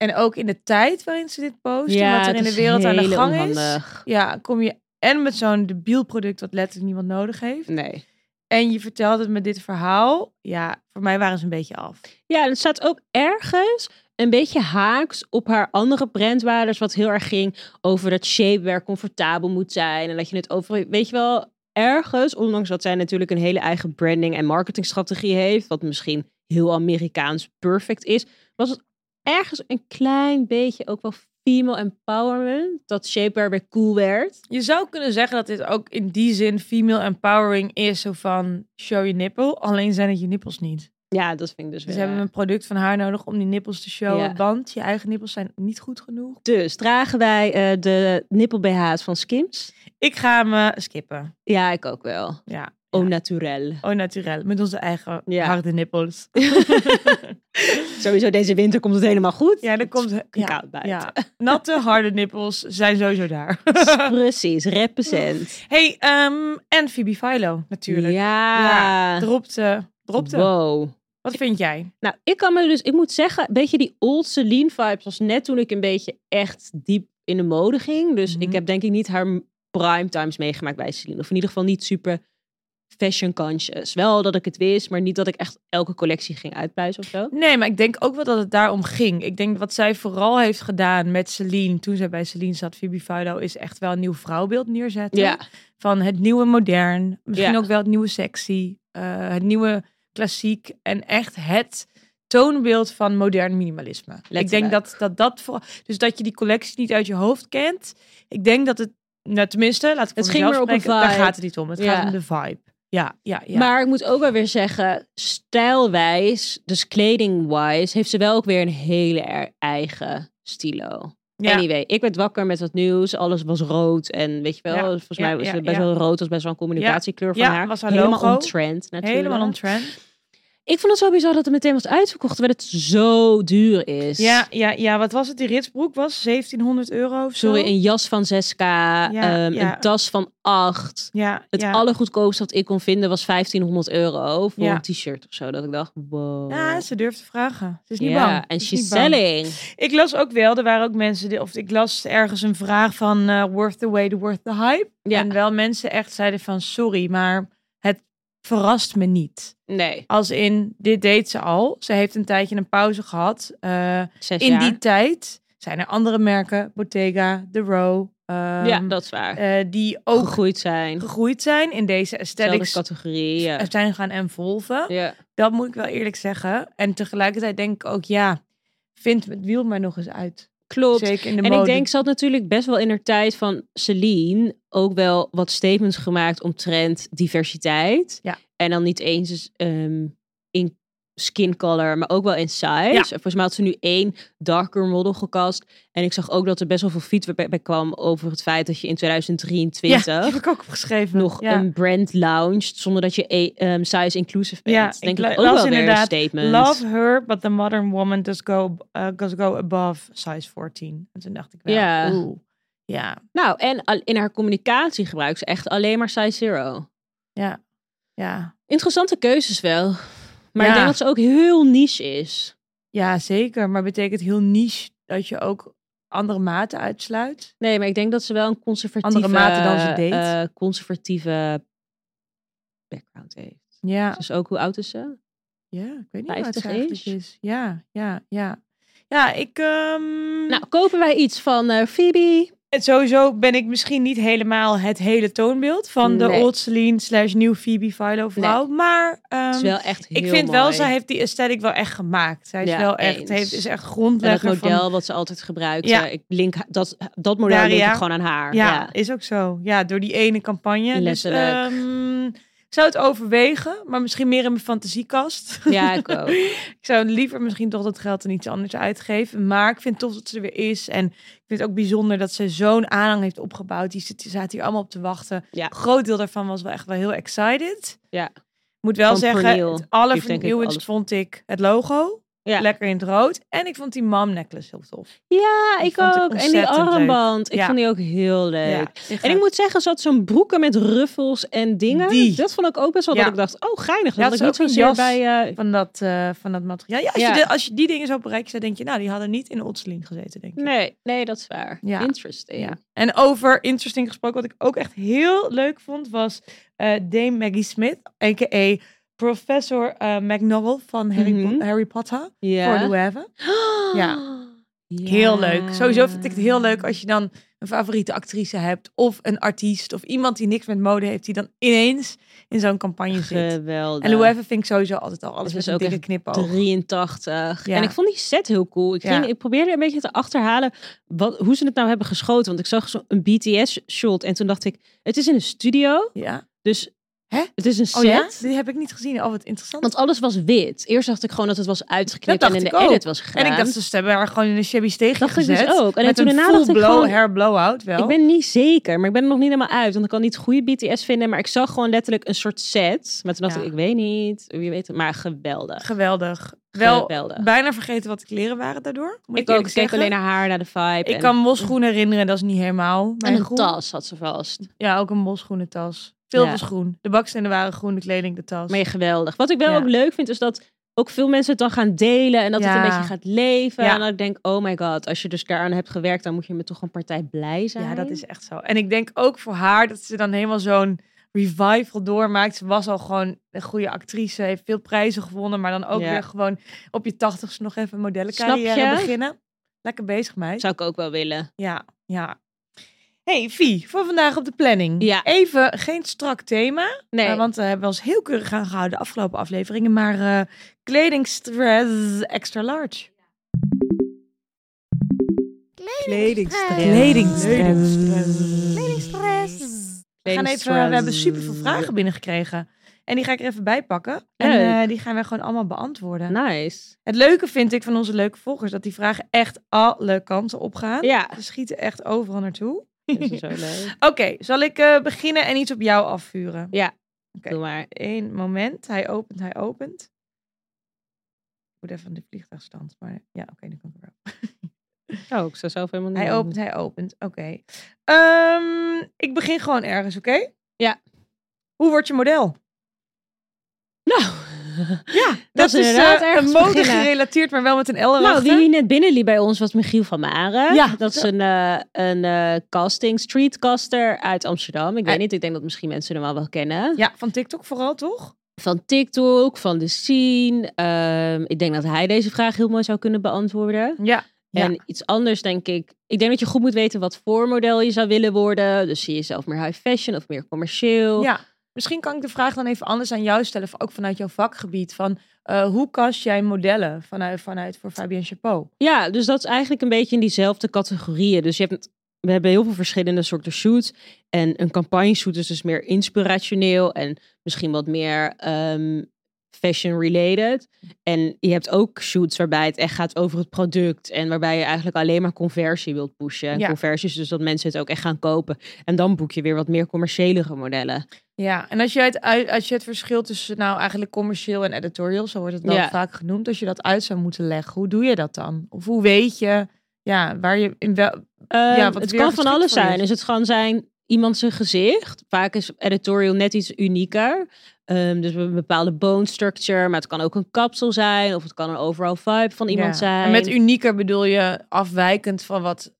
En ook in de tijd waarin ze dit posten, wat er
het
in de
is
wereld aan de
hele
gang is.
onhandig.
Ja, kom je en met zo'n debiel product wat letterlijk niemand nodig heeft.
Nee.
En je vertelt het met dit verhaal. Ja, voor mij waren ze een beetje af.
Ja, en het staat ook ergens een beetje haaks op haar andere brandwaarders. Wat heel erg ging over dat shapewear comfortabel moet zijn. En dat je het over... Weet je wel, ergens, ondanks dat zij natuurlijk een hele eigen branding en marketingstrategie heeft. Wat misschien heel Amerikaans perfect is. Was het ergens een klein beetje ook wel female empowerment. Dat shapewear weer cool werd.
Je zou kunnen zeggen dat dit ook in die zin female empowering is. Zo van show je nippel. Alleen zijn het je nippels niet.
Ja, dat vind ik dus
Dus
wel.
hebben we een product van haar nodig om die nippels te showen.
Ja.
Want je eigen nippels zijn niet goed genoeg.
Dus dragen wij eh, de nippel BH's van Skims?
Ik ga me skippen.
Ja, ik ook wel.
Ja,
au
Ja.
naturel.
Oh, naturel. Met onze eigen
Ja.
harde nippels.
Sowieso deze winter komt het helemaal goed.
ja, dan komt...
ja,
Ja,
koud buiten.
ja. Natte, harde nippels zijn sowieso daar.
Precies, represent.
hey, ehm, en Phoebe Philo natuurlijk.
Ja.
Dropte. Dropte.
Wow.
Wat vind jij?
Nou, ik kan me dus, ik moet zeggen, een beetje die old Celine vibes was net toen ik een beetje echt diep in de mode ging. Dus
Mhm.
ik heb denk ik niet haar prime times meegemaakt bij Celine. Of in ieder geval niet super fashion conscious. Wel dat ik het wist, maar niet dat ik echt elke collectie ging uitpluizen of zo.
Nee, maar ik denk ook wel dat het daarom ging. Ik denk wat zij vooral heeft gedaan met Celine, toen zij bij Celine zat, Phoebe Philo, is echt wel een nieuw vrouwbeeld neerzetten.
Ja,
Van het nieuwe modern, misschien
Ja.
ook wel het nieuwe sexy, eh, het nieuwe klassiek en echt het toonbeeld van modern minimalisme. Ik denk
Letterlijk.
dat dat, dat voor, dus dat je die collectie niet uit je hoofd kent. Ik denk dat het, nou tenminste, laat ik
Het
voor
ging
mezelf
meer op een
spreken, daar
vibe.
gaat het niet om. Het
Ja.
gaat om de vibe. Ja, ja, ja.
maar ik moet ook wel weer zeggen, stijlwijs, dus kledingwise, heeft ze wel ook weer een hele er- eigen stilo.
ja.
Anyway, ik werd wakker met wat nieuws. Alles was rood. En weet je wel,
Ja,
volgens
ja,
mij was
ja,
het best
ja.
wel rood. was best wel een communicatiekleur
Ja,
van haar.
was haar
Helemaal
logo.
on-trend natuurlijk.
helemaal on trend.
Ik vond het zo bizar dat het meteen was uitverkocht. Terwijl het zo duur is.
Ja, ja, ja, wat was het? Die ritsbroek was 1700 euro of zo.
Sorry, een jas van 6k. ehm,
ja.
Een tas van 8.
Ja,
Het
ja.
allergoedkoopste wat ik kon vinden was 1500 euro voor
Ja.
een t-shirt of zo. Dat ik dacht, wow.
Ja, ze durft te vragen. Ze is niet
Ja,
bang.
en
Ze is
she's
niet bang.
selling.
Ik las ook wel, er waren ook mensen, die, of ik las ergens een vraag van eh, worth the wait, worth the hype.
Ja.
En wel mensen echt zeiden van sorry, maar het verrast me niet.
Nee,
Als in, dit deed ze al. Ze heeft een tijdje een pauze gehad. Eh,
zes
in
jaar.
die tijd zijn er andere merken, Bottega, The Row, ehm,
ja, dat is waar.
eh, die ook
Gegroeid zijn.
gegroeid zijn in deze
Zelfde
aesthetics.
categorie. Ja.
zijn gaan envolven.
Ja.
Dat moet ik wel eerlijk zeggen. En tegelijkertijd denk ik ook, ja, vind het wiel maar nog eens uit.
Klopt.
Zeker in de
En
mode.
ik denk, ze had natuurlijk best wel in haar tijd van Celine ook wel wat statements gemaakt omtrent diversiteit.
Ja.
En dan niet eens ehm, in skin color, maar ook wel in size. En Volgens mij had ze nu één darker model gecast. En ik zag ook dat er best wel veel feedback bij- bij kwam over het feit dat je in 2023
Ja, die heb ik ook opgeschreven.
nog
ja.
een brand launched zonder dat je e- ehm, size inclusive bent.
Ja,
Dat denk
ik
ik,
la-
ook
las
wel weer een
inderdaad
statement.
Love her, but the modern woman does go, eh, does go above size 14. En toen dacht ik wel,
Ja.
oeh. Ja,
Nou, en al- in haar communicatie gebruikt ze echt alleen maar size zero.
ja, ja.
Interessante keuzes wel. Maar
Ja.
ik denk dat ze ook heel niche is.
Ja, zeker. Maar betekent heel niche dat je ook andere maten uitsluit?
Nee, maar ik denk dat ze wel een conservatieve...
Andere mate dan ze deed.
eh, conservatieve background heeft.
Ja,
Dus ook, hoe oud is ze?
ja ik weet niet wat
50
het eigenlijk
is.
is. Ja, ja, ja. Ja, ik... ehm,
Nou, kopen wij iets van eh Phoebe?
het sowieso ben ik misschien niet helemaal het hele toonbeeld van de
Nee.
old Celine slash nieuw Phoebe Philo vrouw. Maar
Het is
ehm,
wel echt heel
ik vind
mooi.
wel, zij heeft die aesthetic wel echt gemaakt. Zij is
Ja,
wel echt,
eens.
heeft, is echt
En dat
grondlegger
model
van...
wat ze altijd gebruikt.
Ja.
Ik link ha- dat, dat model
Daria.
link ik gewoon aan haar.
Ja,
Ja.
is ook zo. Ja, door die ene campagne.
Letterlijk.
Dus, ehm, ik zou het overwegen, maar misschien meer in mijn fantasiekast.
Ja, ik ook.
Ik zou liever misschien toch dat geld aan iets anders uitgeven. Maar ik vind het tof dat ze er weer is. En ik vind het ook bijzonder dat ze zo'n aanhang heeft opgebouwd. Die zit- die zaten hier allemaal op te wachten.
Ja.
Een groot deel daarvan was wel echt wel heel excited.
Ja.
Ik Moet wel
Van
zeggen,
Pernil
het allervernieuwendst
denk ik alles.
vond ik het logo.
Ja.
Lekker in het rood. En ik vond die mom necklace heel tof.
Ja,
Die
ik
vond ik
ook. En die
ontzettend leuk.
armband. Ik
Ja.
vond die ook heel leuk.
Ja,
En ik moet zeggen, ze had zo'n broeken met ruffels en dingen.
Die.
Dat vond ik ook best wel
Ja.
dat ik dacht, oh geinig.
Ja,
Dat
had
had
ze
ik niet
ook een
zozeer
jas.
bij... eh,
Van dat, eh, van dat materiaal. Ja, als,
Ja.
Je de- als je die dingen zo op een rijtje zet, denk je... Nou, die hadden niet in Otslien gezeten, denk ik.
nee, nee, dat is waar.
Ja.
Interesting.
Ja. En over interesting gesproken, wat ik ook echt heel leuk vond, was eh Dame Maggie Smith, a.k.a. Professor eh McNoggle van Harry,
Mhm.
Po- Harry Potter,
Ja.
voor de Weaver. Ja.
Ja.
Heel leuk. Sowieso vind ik het heel leuk als je dan een favoriete actrice hebt, of een artiest, of iemand die niks met mode heeft, die dan ineens in zo'n campagne zit.
Geweldig.
En Loewe vind ik sowieso altijd al alles
Ze is
met een
ook
dikke
echt
knipoog.
83.
Ja.
En ik vond die set heel cool. Ik,
Ja.
ging, ik probeerde een beetje te achterhalen wat, hoe ze het nou hebben geschoten. Want ik zag zo'n BTS-shot en toen dacht ik, het is in een studio.
Ja,
Dus
Hè?
Het is een
Oh
set.
ja? Die heb ik niet gezien. Oh, wat interessant.
Want alles was wit. Eerst dacht ik gewoon dat het was uitgeknipt
Dat
en in de
dacht ik ook.
edit was gedaan.
en ik dacht, ze hebben haar gewoon in een shabby steegje
Dacht ik
gezet.
dus ook. En
met
toen
een
daarna
full
dacht ik
blow,
gewoon-
hair blowout wel.
Ik ben niet zeker, maar ik ben er nog niet helemaal uit. Want ik kan niet goede BTS vinden, maar ik zag gewoon letterlijk een soort set. Maar toen dacht
Ja.
ik, ik weet niet, wie weet het, maar geweldig.
Geweldig. Wel
geweldig.
bijna vergeten wat de kleren waren daardoor. Moet ik,
Ik ook,
eerlijk
ik keek
zeggen.
alleen naar haar, naar de vibe.
Ik
en,
kan mosschoenen herinneren, dat is niet helemaal.
en
mijn
een
groen.
tas had ze vast.
Ja, ook een mosschoenen tas. Veel
Ja.
was groen. De bakstenen waren groen, de kleding de tas.
Maar ja, geweldig. Wat ik wel
Ja.
ook leuk vind, is dat ook veel mensen het dan gaan delen. En dat het
Ja.
een beetje gaat leven.
Ja.
En dat ik denk, oh my god, als je dus daaraan hebt gewerkt, dan moet je met toch een partij blij zijn.
Ja, dat is echt zo. En ik denk ook voor haar dat ze dan helemaal zo'n revival doormaakt. Ze was al gewoon een goede actrice, heeft veel prijzen gewonnen, maar dan ook
Ja.
weer gewoon op je tachtigste nog even een
Snap
modellencarrière
je?
beginnen. Lekker bezig, meid.
Zou ik ook wel willen.
Ja, ja. Hey, Vie, voor vandaag op de planning.
Ja.
Even geen strak thema,
Nee,
eh, want we hebben we ons heel keurig aangehouden de afgelopen afleveringen, maar eh kledingstress extra large.
kledingstress.
Kledingstress. Kledingstress. We, gaan even, we
Kledingstress.
hebben superveel vragen binnengekregen. En die ga ik er even bij pakken. En
Leuk.
eh, die gaan we gewoon allemaal beantwoorden.
Nice.
Het leuke vind ik van onze leuke volgers... dat die vragen echt alle kanten opgaan.
Ja,
Ze schieten echt overal naartoe.
dat is zo leuk.
Oké, zal ik eh, beginnen en iets op jou afvuren?
Ja.
Oké.
Doe maar.
Eén moment. Hij opent, hij opent. Ik moet even aan de vliegtuigstand. Maar ja, oké, dan kan ik wel.
Oh, ik zou zelf helemaal niet
Hij
doen.
opent, hij opent. Oké. Ehm, ik begin gewoon ergens, oké?
Ja.
Hoe word je model?
Nou,
Ja, dat,
is inderdaad
eh,
ergens
een mode
beginnen.
gerelateerd, maar wel met een L
nou,
erachter.
die hier net binnen liep bij ons was Michiel van Maren.
Ja.
Dat is een, eh, een eh, casting, streetcaster uit Amsterdam. Ik weet
Eh.
niet, ik denk dat misschien mensen hem al wel kennen.
Ja, van TikTok vooral, toch?
Van TikTok, van de scene. Ehm, ik denk dat hij deze vraag heel mooi zou kunnen beantwoorden.
Ja. Ja.
En iets anders denk ik. Ik denk dat je goed moet weten wat voor model je zou willen worden. Dus zie je zelf meer high fashion of meer commercieel.
ja. Misschien kan ik de vraag dan even anders aan jou stellen, ook vanuit jouw vakgebied. Van, eh, hoe kast jij modellen vanuit, vanuit voor Fabien Chapeau?
Ja, dus dat is eigenlijk een beetje in diezelfde categorieën. Dus je hebt, we hebben heel veel verschillende soorten shoots. En een campagneshoot is dus meer inspirationeel en misschien wat meer ehm, fashion-related. En je hebt ook shoots waarbij het echt gaat over het product en waarbij je eigenlijk alleen maar conversie wilt pushen. En
Ja.
conversie is dus dat mensen het ook echt gaan kopen. En dan boek je weer wat meer commerciëlere modellen.
Ja, en als je het, uit- als je het verschil tussen nou eigenlijk commercieel en editorial, zo wordt het dan
Ja.
vaak genoemd, als je dat uit zou moeten leggen, hoe doe je dat dan? Of hoe weet je, ja, waar je in wel.
Ehm,
Ja, wat
het
weer
kan van
geschikt
alles
voor je
zijn.
is.
Dus het kan zijn iemand zijn gezicht. Vaak is editorial net iets unieker. Ehm, dus we hebben een bepaalde bone structure. Maar het kan ook een kapsel zijn. Of het kan een overall vibe van iemand
Ja. En
zijn.
met unieker bedoel je afwijkend van wat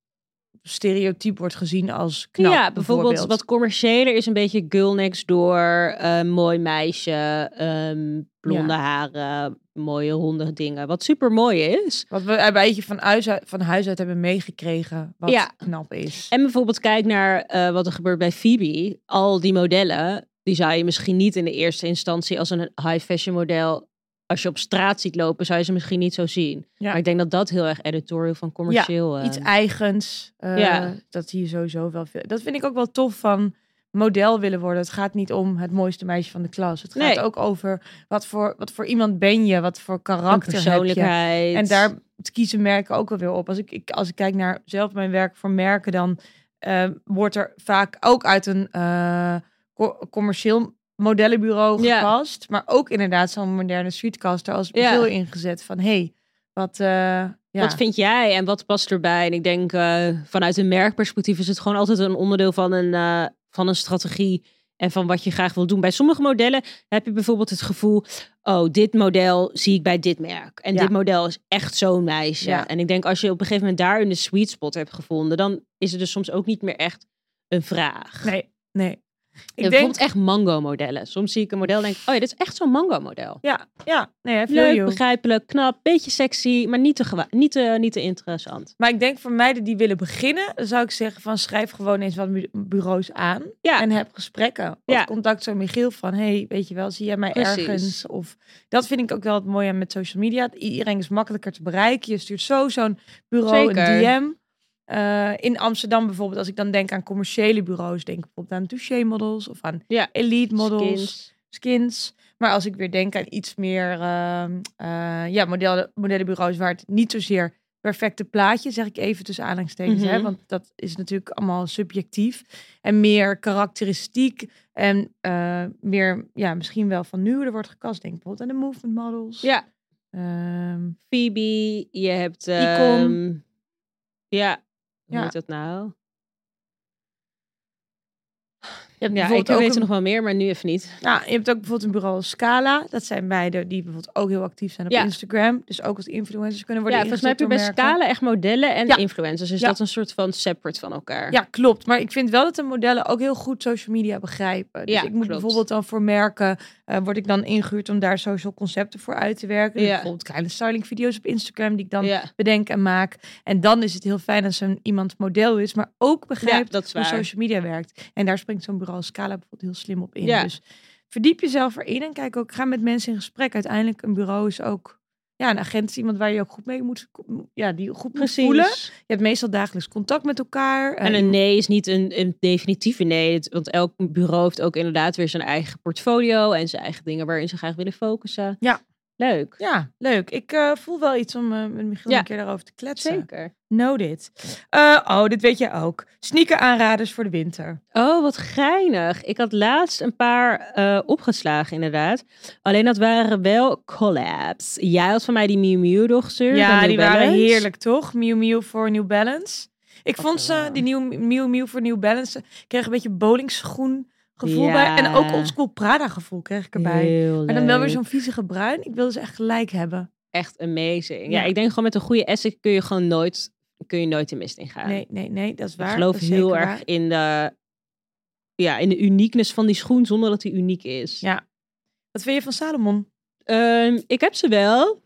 stereotyp wordt gezien als knap.
ja, bijvoorbeeld wat commerciëler is een beetje girl next door. eh, mooi meisje. ehm, blonde haren. Mooie ronde dingen. Wat super mooi is.
Wat we een beetje van huis uit, van huis uit hebben meegekregen, wat
Ja.
knap is.
En bijvoorbeeld kijk naar eh, wat er gebeurt bij Phoebe. Al die modellen, die zou je misschien niet in de eerste instantie als een high fashion model, als je op straat ziet lopen, zou je ze misschien niet zo zien.
Ja.
Maar ik denk dat dat heel erg editorial van commercieel. eh,
Iets eigens. eh,
Ja.
Dat zie je sowieso wel veel. Dat vind ik ook wel tof van model willen worden. Het gaat niet om het mooiste meisje van de klas. Het gaat
Nee.
ook over wat voor, wat voor iemand ben je, wat voor
een
karakter heb je.
persoonlijkheid.
En daar kiezen merken ook wel weer op. Als ik, ik, als ik kijk naar zelf mijn werk voor merken, dan eh, wordt er vaak ook uit een eh, co- commercieel modellenbureau
Ja.
gepast. Maar ook inderdaad zo'n moderne streetcaster als
Ja.
veel ingezet van hey, wat. eh, ja.
Wat vind jij en wat past erbij? En ik denk eh, vanuit een merkperspectief is het gewoon altijd een onderdeel van een, eh, van een strategie en van wat je graag wil doen. Bij sommige modellen heb je bijvoorbeeld het gevoel, oh, dit model zie ik bij dit merk. En
Ja.
dit model is echt zo'n meisje.
Ja.
En ik denk als je op een gegeven moment daar in de sweet spot hebt gevonden, dan is het dus soms ook niet meer echt een vraag.
Nee, nee.
En
Ik denk,
Bijvoorbeeld echt mango-modellen. Soms zie ik een model en denk ik, oh ja, dit is echt zo'n mango-model.
ja, ja, nee, I feel
Leuk,
you.
begrijpelijk, knap, beetje sexy, maar niet te, gewa- niet te, niet te interessant.
Maar ik denk voor meiden die willen beginnen, zou ik zeggen van schrijf gewoon eens wat bu- bureaus aan
Ja.
en heb gesprekken. Of
Ja.
contact zo Michiel van, hey, weet je wel, zie jij mij
Precies.
ergens? Of dat vind ik ook wel het mooie aan met social media. Iedereen is makkelijker te bereiken. Je stuurt zo zo'n bureau
Zeker.
een DM. eh, in Amsterdam bijvoorbeeld, als ik dan denk aan commerciële bureaus, denk ik bijvoorbeeld aan Touché models of aan
Ja.
Elite models, skins.
Skins.
Maar als ik weer denk aan iets meer ehm, eh, ja, modellen, modellenbureaus waar het niet zozeer perfecte plaatje, zeg ik even tussen aanhalingstekens, hè,
Mhm.
want dat is natuurlijk allemaal subjectief en meer karakteristiek en eh, meer, ja, misschien wel van nu er wordt gekast, denk ik bijvoorbeeld aan de movement models.
Ja.
Ehm,
Phoebe, je hebt...
Icon.
ehm, ja, hoe
Ja.
heet dat nou?
je hebt
Ja, ik
bijvoorbeeld
weet er
ook een-
nog wel meer, maar nu even niet.
Nou, je hebt ook bijvoorbeeld een bureau als Scala. Dat zijn meiden die bijvoorbeeld ook heel actief zijn op
Ja.
Instagram. Dus ook als influencers kunnen
Ja,
worden
volgens mij heb je bij
ingezet door merken.
Scala echt modellen en
Ja.
influencers. Is
Ja.
dat een soort van separate van elkaar?
Ja, klopt. Maar ik vind wel dat de modellen ook heel goed social media begrijpen. Dus
Ja,
ik moet
klopt.
bijvoorbeeld dan voor merken, eh, word ik dan ingehuurd om daar social concepten voor uit te werken. Dus
Ja.
Bijvoorbeeld kleine styling video's op Instagram die ik dan
ja.
bedenk en maak. En dan is het heel fijn als een, iemand model is, maar ook
Ja,
begrijpt
dat is
hoe
waar.
social media werkt. En daar springt zo'n bureau als Scala bijvoorbeeld heel slim op in.
Ja.
Dus verdiep jezelf erin en kijk ook, ga met mensen in gesprek. Uiteindelijk een bureau is ook, ja, een agent is iemand waar je ook goed mee moet, ja, die je goed moet voelen.
Precies.
Je hebt meestal dagelijks contact met elkaar. eh,
En een nee is niet een, een definitieve nee. Het- Want elk bureau heeft ook inderdaad weer zijn eigen portfolio en zijn eigen dingen waarin ze graag willen focussen.
Ja.
Leuk.
Ja, leuk. Ik eh, voel wel iets om eh, met Michiel
Ja.
een keer daarover te kletsen.
Zeker.
Know dit. Eh, oh, dit weet je ook. Sneaker aanraders voor de winter.
Oh, wat geinig. Ik had laatst een paar eh, opgeslagen, inderdaad. Alleen dat waren wel collabs. Jij had van mij die Miu Miu doorgestuurd. aan
ja,
New
die waren
Balance.
heerlijk, toch? Miu Miu voor New Balance. Ik
Wat
vond ze,
een-
die nieuw, Miu Miu voor New Balance, ik kreeg een beetje bowlingschoen gevoel
Ja.
bij. En ook oldschool Prada gevoel kreeg ik erbij.
Heel
Maar dan wel weer
leuk.
zo'n viezige bruin. Ik wilde ze echt gelijk hebben.
Echt amazing. Ja,
Ja.
ik denk gewoon met een goede essay kun je gewoon nooit, kun je nooit de mist ingaan.
Nee, nee, nee, dat is waar.
ik geloof
dat is
heel
zeker
erg
waar.
in de... Ja, in de uniekness van die schoen zonder dat die uniek is.
Ja. Wat vind je van Salomon?
Ehm, ik heb ze wel.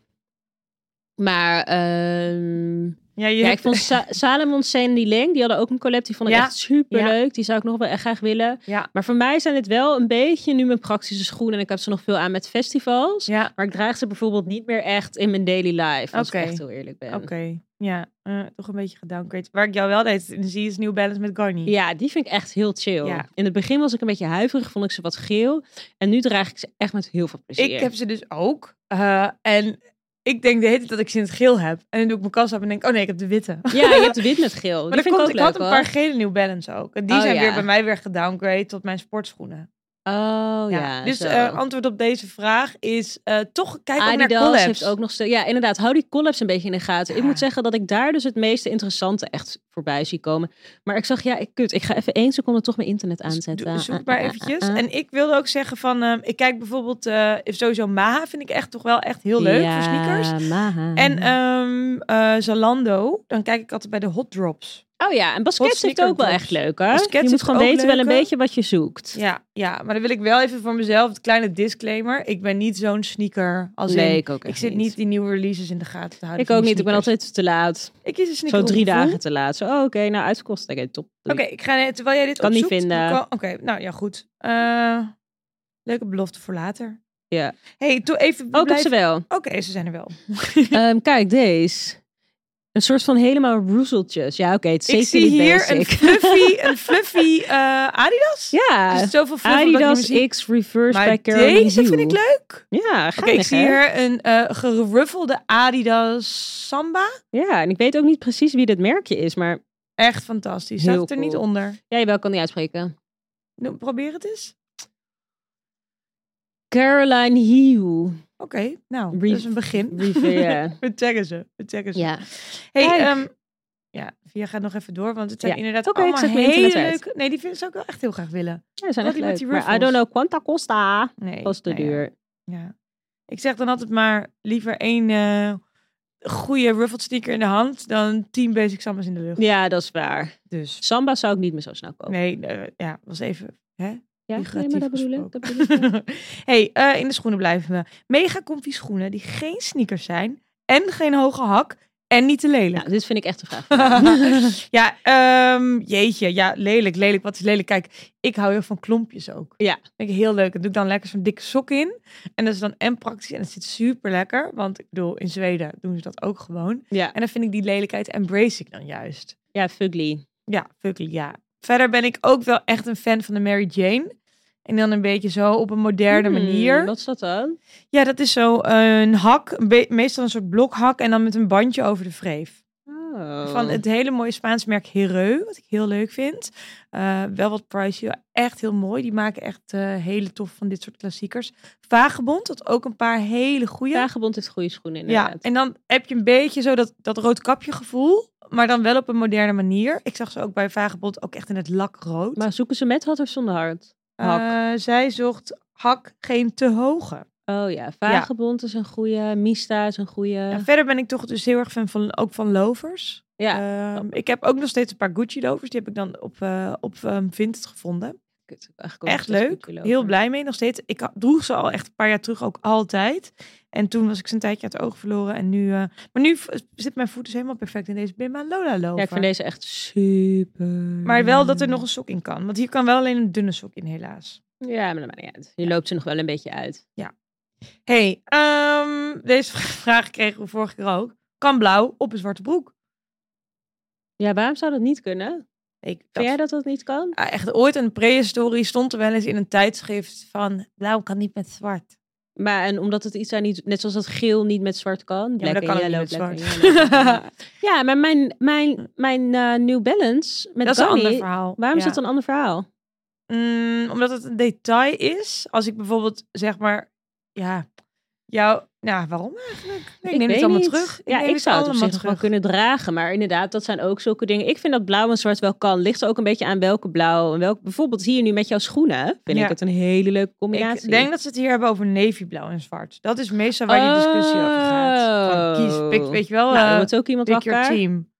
Maar ehm,
Ja, je
ja, ik
hebt-
vond Sa Salomon Saint Leng, die hadden ook een collab, die vond ik
Ja,
echt super leuk. Die zou ik nog wel echt graag willen.
Ja.
Maar voor mij zijn het wel een beetje nu mijn praktische schoenen. En ik heb ze nog veel aan met festivals.
Ja,
Maar ik draag ze bijvoorbeeld niet meer echt in mijn daily life. Als
Oké.
ik echt heel eerlijk ben.
Oké, ja, eh, toch een beetje gedowngrade. Waar ik jou wel deed in zie is New Balance met Garni.
Ja, die vind ik echt heel chill.
Ja.
In het begin was ik een beetje huiverig, vond ik ze wat geel. En nu draag ik ze echt met heel veel plezier.
ik heb ze dus ook. eh, en ik denk de hele tijd dat ik ze in het geel heb. En dan doe ik mijn kast op en denk, oh nee, ik heb de witte.
Ja, je hebt de wit met geel. die
Maar dan
vind ik
komt,
ook
ik
leuk
had een
hoor.
paar gele New Balance ook. En die
Oh,
zijn
ja.
weer bij mij weer gedowngrade tot mijn sportschoenen.
Oh ja.
dus
zo.
eh, antwoord op deze vraag is eh, toch kijk ook naar
Adidas
collabs.
heeft ook nog steeds. Ja, inderdaad. Hou die collabs een beetje in de gaten. Ik
Ja.
moet zeggen dat ik daar dus het meeste interessante echt voorbij zie komen. Maar ik zag, ja, ik, kut. Ik ga even één seconde toch mijn internet
Dus
aanzetten.
doe- Zoek maar
Ah, ah, ah,
eventjes.
ah, ah.
En ik wilde ook zeggen van, ehm, ik kijk bijvoorbeeld, eh, sowieso Maha vind ik echt toch wel echt heel leuk voor sneakers.
Ja, maha.
En ehm eh, Zalando, dan kijk ik altijd bij de hot drops.
oh ja, en Baskets heeft
sneaker
ook wel
drops.
echt leuk, hè?
Baskets
Je moet
heeft
gewoon
ook
weten wel een
leuke.
beetje wat je zoekt.
Ja, ja, maar dan wil ik wel even voor mezelf een kleine disclaimer. Ik ben niet zo'n sneaker als in-
nee, ik ook
Ik
echt
zit niet die nieuwe releases in de gaten te houden.
Ik
van
ook
die
niet. Ik ben
sneakers.
altijd te laat.
Ik kies een sneaker
Zo
op
drie
gevoel.
dagen te laat. Zo, oh, oké, nou uitverkost. Oké, top. Oh, Doei.
Oké, ik ga terwijl jij dit
Kan niet
opzoekt,
vinden.
kan- Oké, nou ja, goed. Eh, leuke belofte voor later.
Ja.
Hey, doe even
Ook op
blijf-
ze wel.
Oké, ze zijn er wel.
Ehm, kijk, deze. Een soort van helemaal roezeltjes. Ja, oké, het is
ik
zeker
zie
niet
hier
basic.
een fluffy, Dus een fluffy eh, Adidas.
Ja,
Er zit zoveel fluff op dat ik niet meer
Adidas
zie.
X Reverse
Maar
bij Caroline
deze vind
Hue.
ik leuk.
Ja,
Oké,
geinig,
ik zie
hè?
hier een eh geruffelde Adidas Samba.
Ja, en ik weet ook niet precies wie dit merkje is, maar
Echt fantastisch.
Heel
Staat het er niet
cool.
onder.
jij wel kan niet uitspreken.
Nou, Probeer het eens.
Caroline Hue.
Oké, nou,
Re-
dat is een begin.
Revere.
We taggen ze. We taggen ze.
ja.
Hey,
Kijk.
ehm, ja, Via gaat nog even door, want het zijn
Ja.
inderdaad
Oké, ik
allemaal
zet mijn
hele
internet uit.
leuke... Nee, die vind, zou ik wel echt heel graag willen.
ja, ze zijn
Wat
echt
die met die
leuk. Maar I
ruffles?
don't know, quanta costa?
Nee.
Was te
nou ja,
duur.
ja. Ik zeg dan altijd maar liever één eh, goede ruffled sneaker in de hand dan tien basic sambas in de lucht.
Ja, dat is waar.
Dus
Samba zou ik niet meer zo snel kopen.
nee, eh, ja, was even... Hè?
ja, nee,
figuratief
maar dat bedoel ik. Dat
gesproken.
bedoel ik, ja.
hey, eh, in de schoenen blijven we. Mega comfy schoenen die geen sneakers zijn en geen hoge hak en niet te lelijk.
Nou, dit vind ik echt een vraag.
ja, ehm, jeetje. Ja, lelijk, lelijk. Wat is lelijk? Kijk, ik hou heel van klompjes ook.
Ja.
Vind ik heel leuk. Dan doe ik dan lekker zo'n dikke sok in. En dat is dan en praktisch en het zit super lekker. Want ik bedoel, in Zweden doen ze dat ook gewoon.
Ja.
En dan vind ik die lelijkheid embrace ik dan juist.
Ja, fugly.
Ja, Fugly, ja. Verder ben ik ook wel echt een fan van de Mary Jane. En dan een beetje zo op een moderne
Hmm,
manier.
Wat is dat dan?
Ja, dat is zo een hak, een be- meestal een soort blokhak en dan met een bandje over de wreef.
Oh.
Van het hele mooie Spaans merk Hereu, wat ik heel leuk vind. Eh, wel wat pricey, maar echt heel mooi. Die maken echt eh, hele tof van dit soort klassiekers. Vagebond, dat ook een paar hele goede.
Vagebond heeft goede schoenen
Ja,
inderdaad.
en dan heb je een beetje zo dat, dat rood kapje gevoel, maar dan wel op een moderne manier. Ik zag ze ook bij Vagebond ook echt in het lakrood.
Maar zoeken ze met hart of zonder hart? hak.
Eh, zij zocht hak geen te hoge.
Oh ja, Vagebond is een goede, Mista is een goede.
En verder ben ik toch dus heel erg fan van, ook van lovers.
Ja,
Ehm, ik heb ook nog steeds een paar Gucci-lovers. Die heb ik dan op, eh op ehm, Vinted gevonden.
kut, eigenlijk ook
Echt
nog steeds
leuk.
goed lopen.
Heel blij mee nog steeds. Ik ha- droeg ze al echt een paar jaar terug ook altijd. En toen was ik ze een tijdje uit het oog verloren. En nu, eh, maar nu v- zit mijn voet dus helemaal perfect in deze Bimba Lola lover.
Ja, ik vind deze echt super.
Maar wel dat er nog een sok in kan. Want hier kan wel alleen een dunne sok in helaas.
Ja, maar dat maakt niet uit. Je loopt ze nog wel een beetje uit.
hey, ehm, deze vraag kregen we vorige keer ook. Kan blauw op een zwarte broek?
Ja, waarom zou dat niet kunnen?
Ik, dat
Vind jij dat dat niet kan?
Ah, echt ooit een prehistorie stond er wel eens in een tijdschrift van blauw kan niet met zwart.
Maar en omdat het iets daar niet, net zoals dat geel niet met zwart kan.
Ja, maar
Black
dat kan
en
ook
yellow,
niet
black
met
en
zwart.
yellow, black en yellow. Ja, maar mijn, mijn, mijn eh, New Balance met
dat is een
Ganni,
ander verhaal.
Waarom is
Ja.
dat een ander verhaal?
Mm, omdat het een detail is. Als ik bijvoorbeeld zeg maar, ja, jou, nou waarom eigenlijk? Nee, ik, neem
weet
het allemaal
niet.
terug.
ja,
neem
ik zou het op
allemaal
zich nog wel kunnen dragen. Maar inderdaad, dat zijn ook zulke dingen. Ik vind dat blauw en zwart wel kan. Ligt er ook een beetje aan welke blauw. En welk, bijvoorbeeld hier nu met jouw schoenen. Vind
Ja.
ik het een hele leuke combinatie.
Ik denk dat ze het hier hebben over navyblauw en zwart. Dat is meestal waar die discussie over gaat. Van
Oh.
kies, pik, weet je wel,
Nou, dan
eh,
wordt ook iemand
pick your
wakker.
team.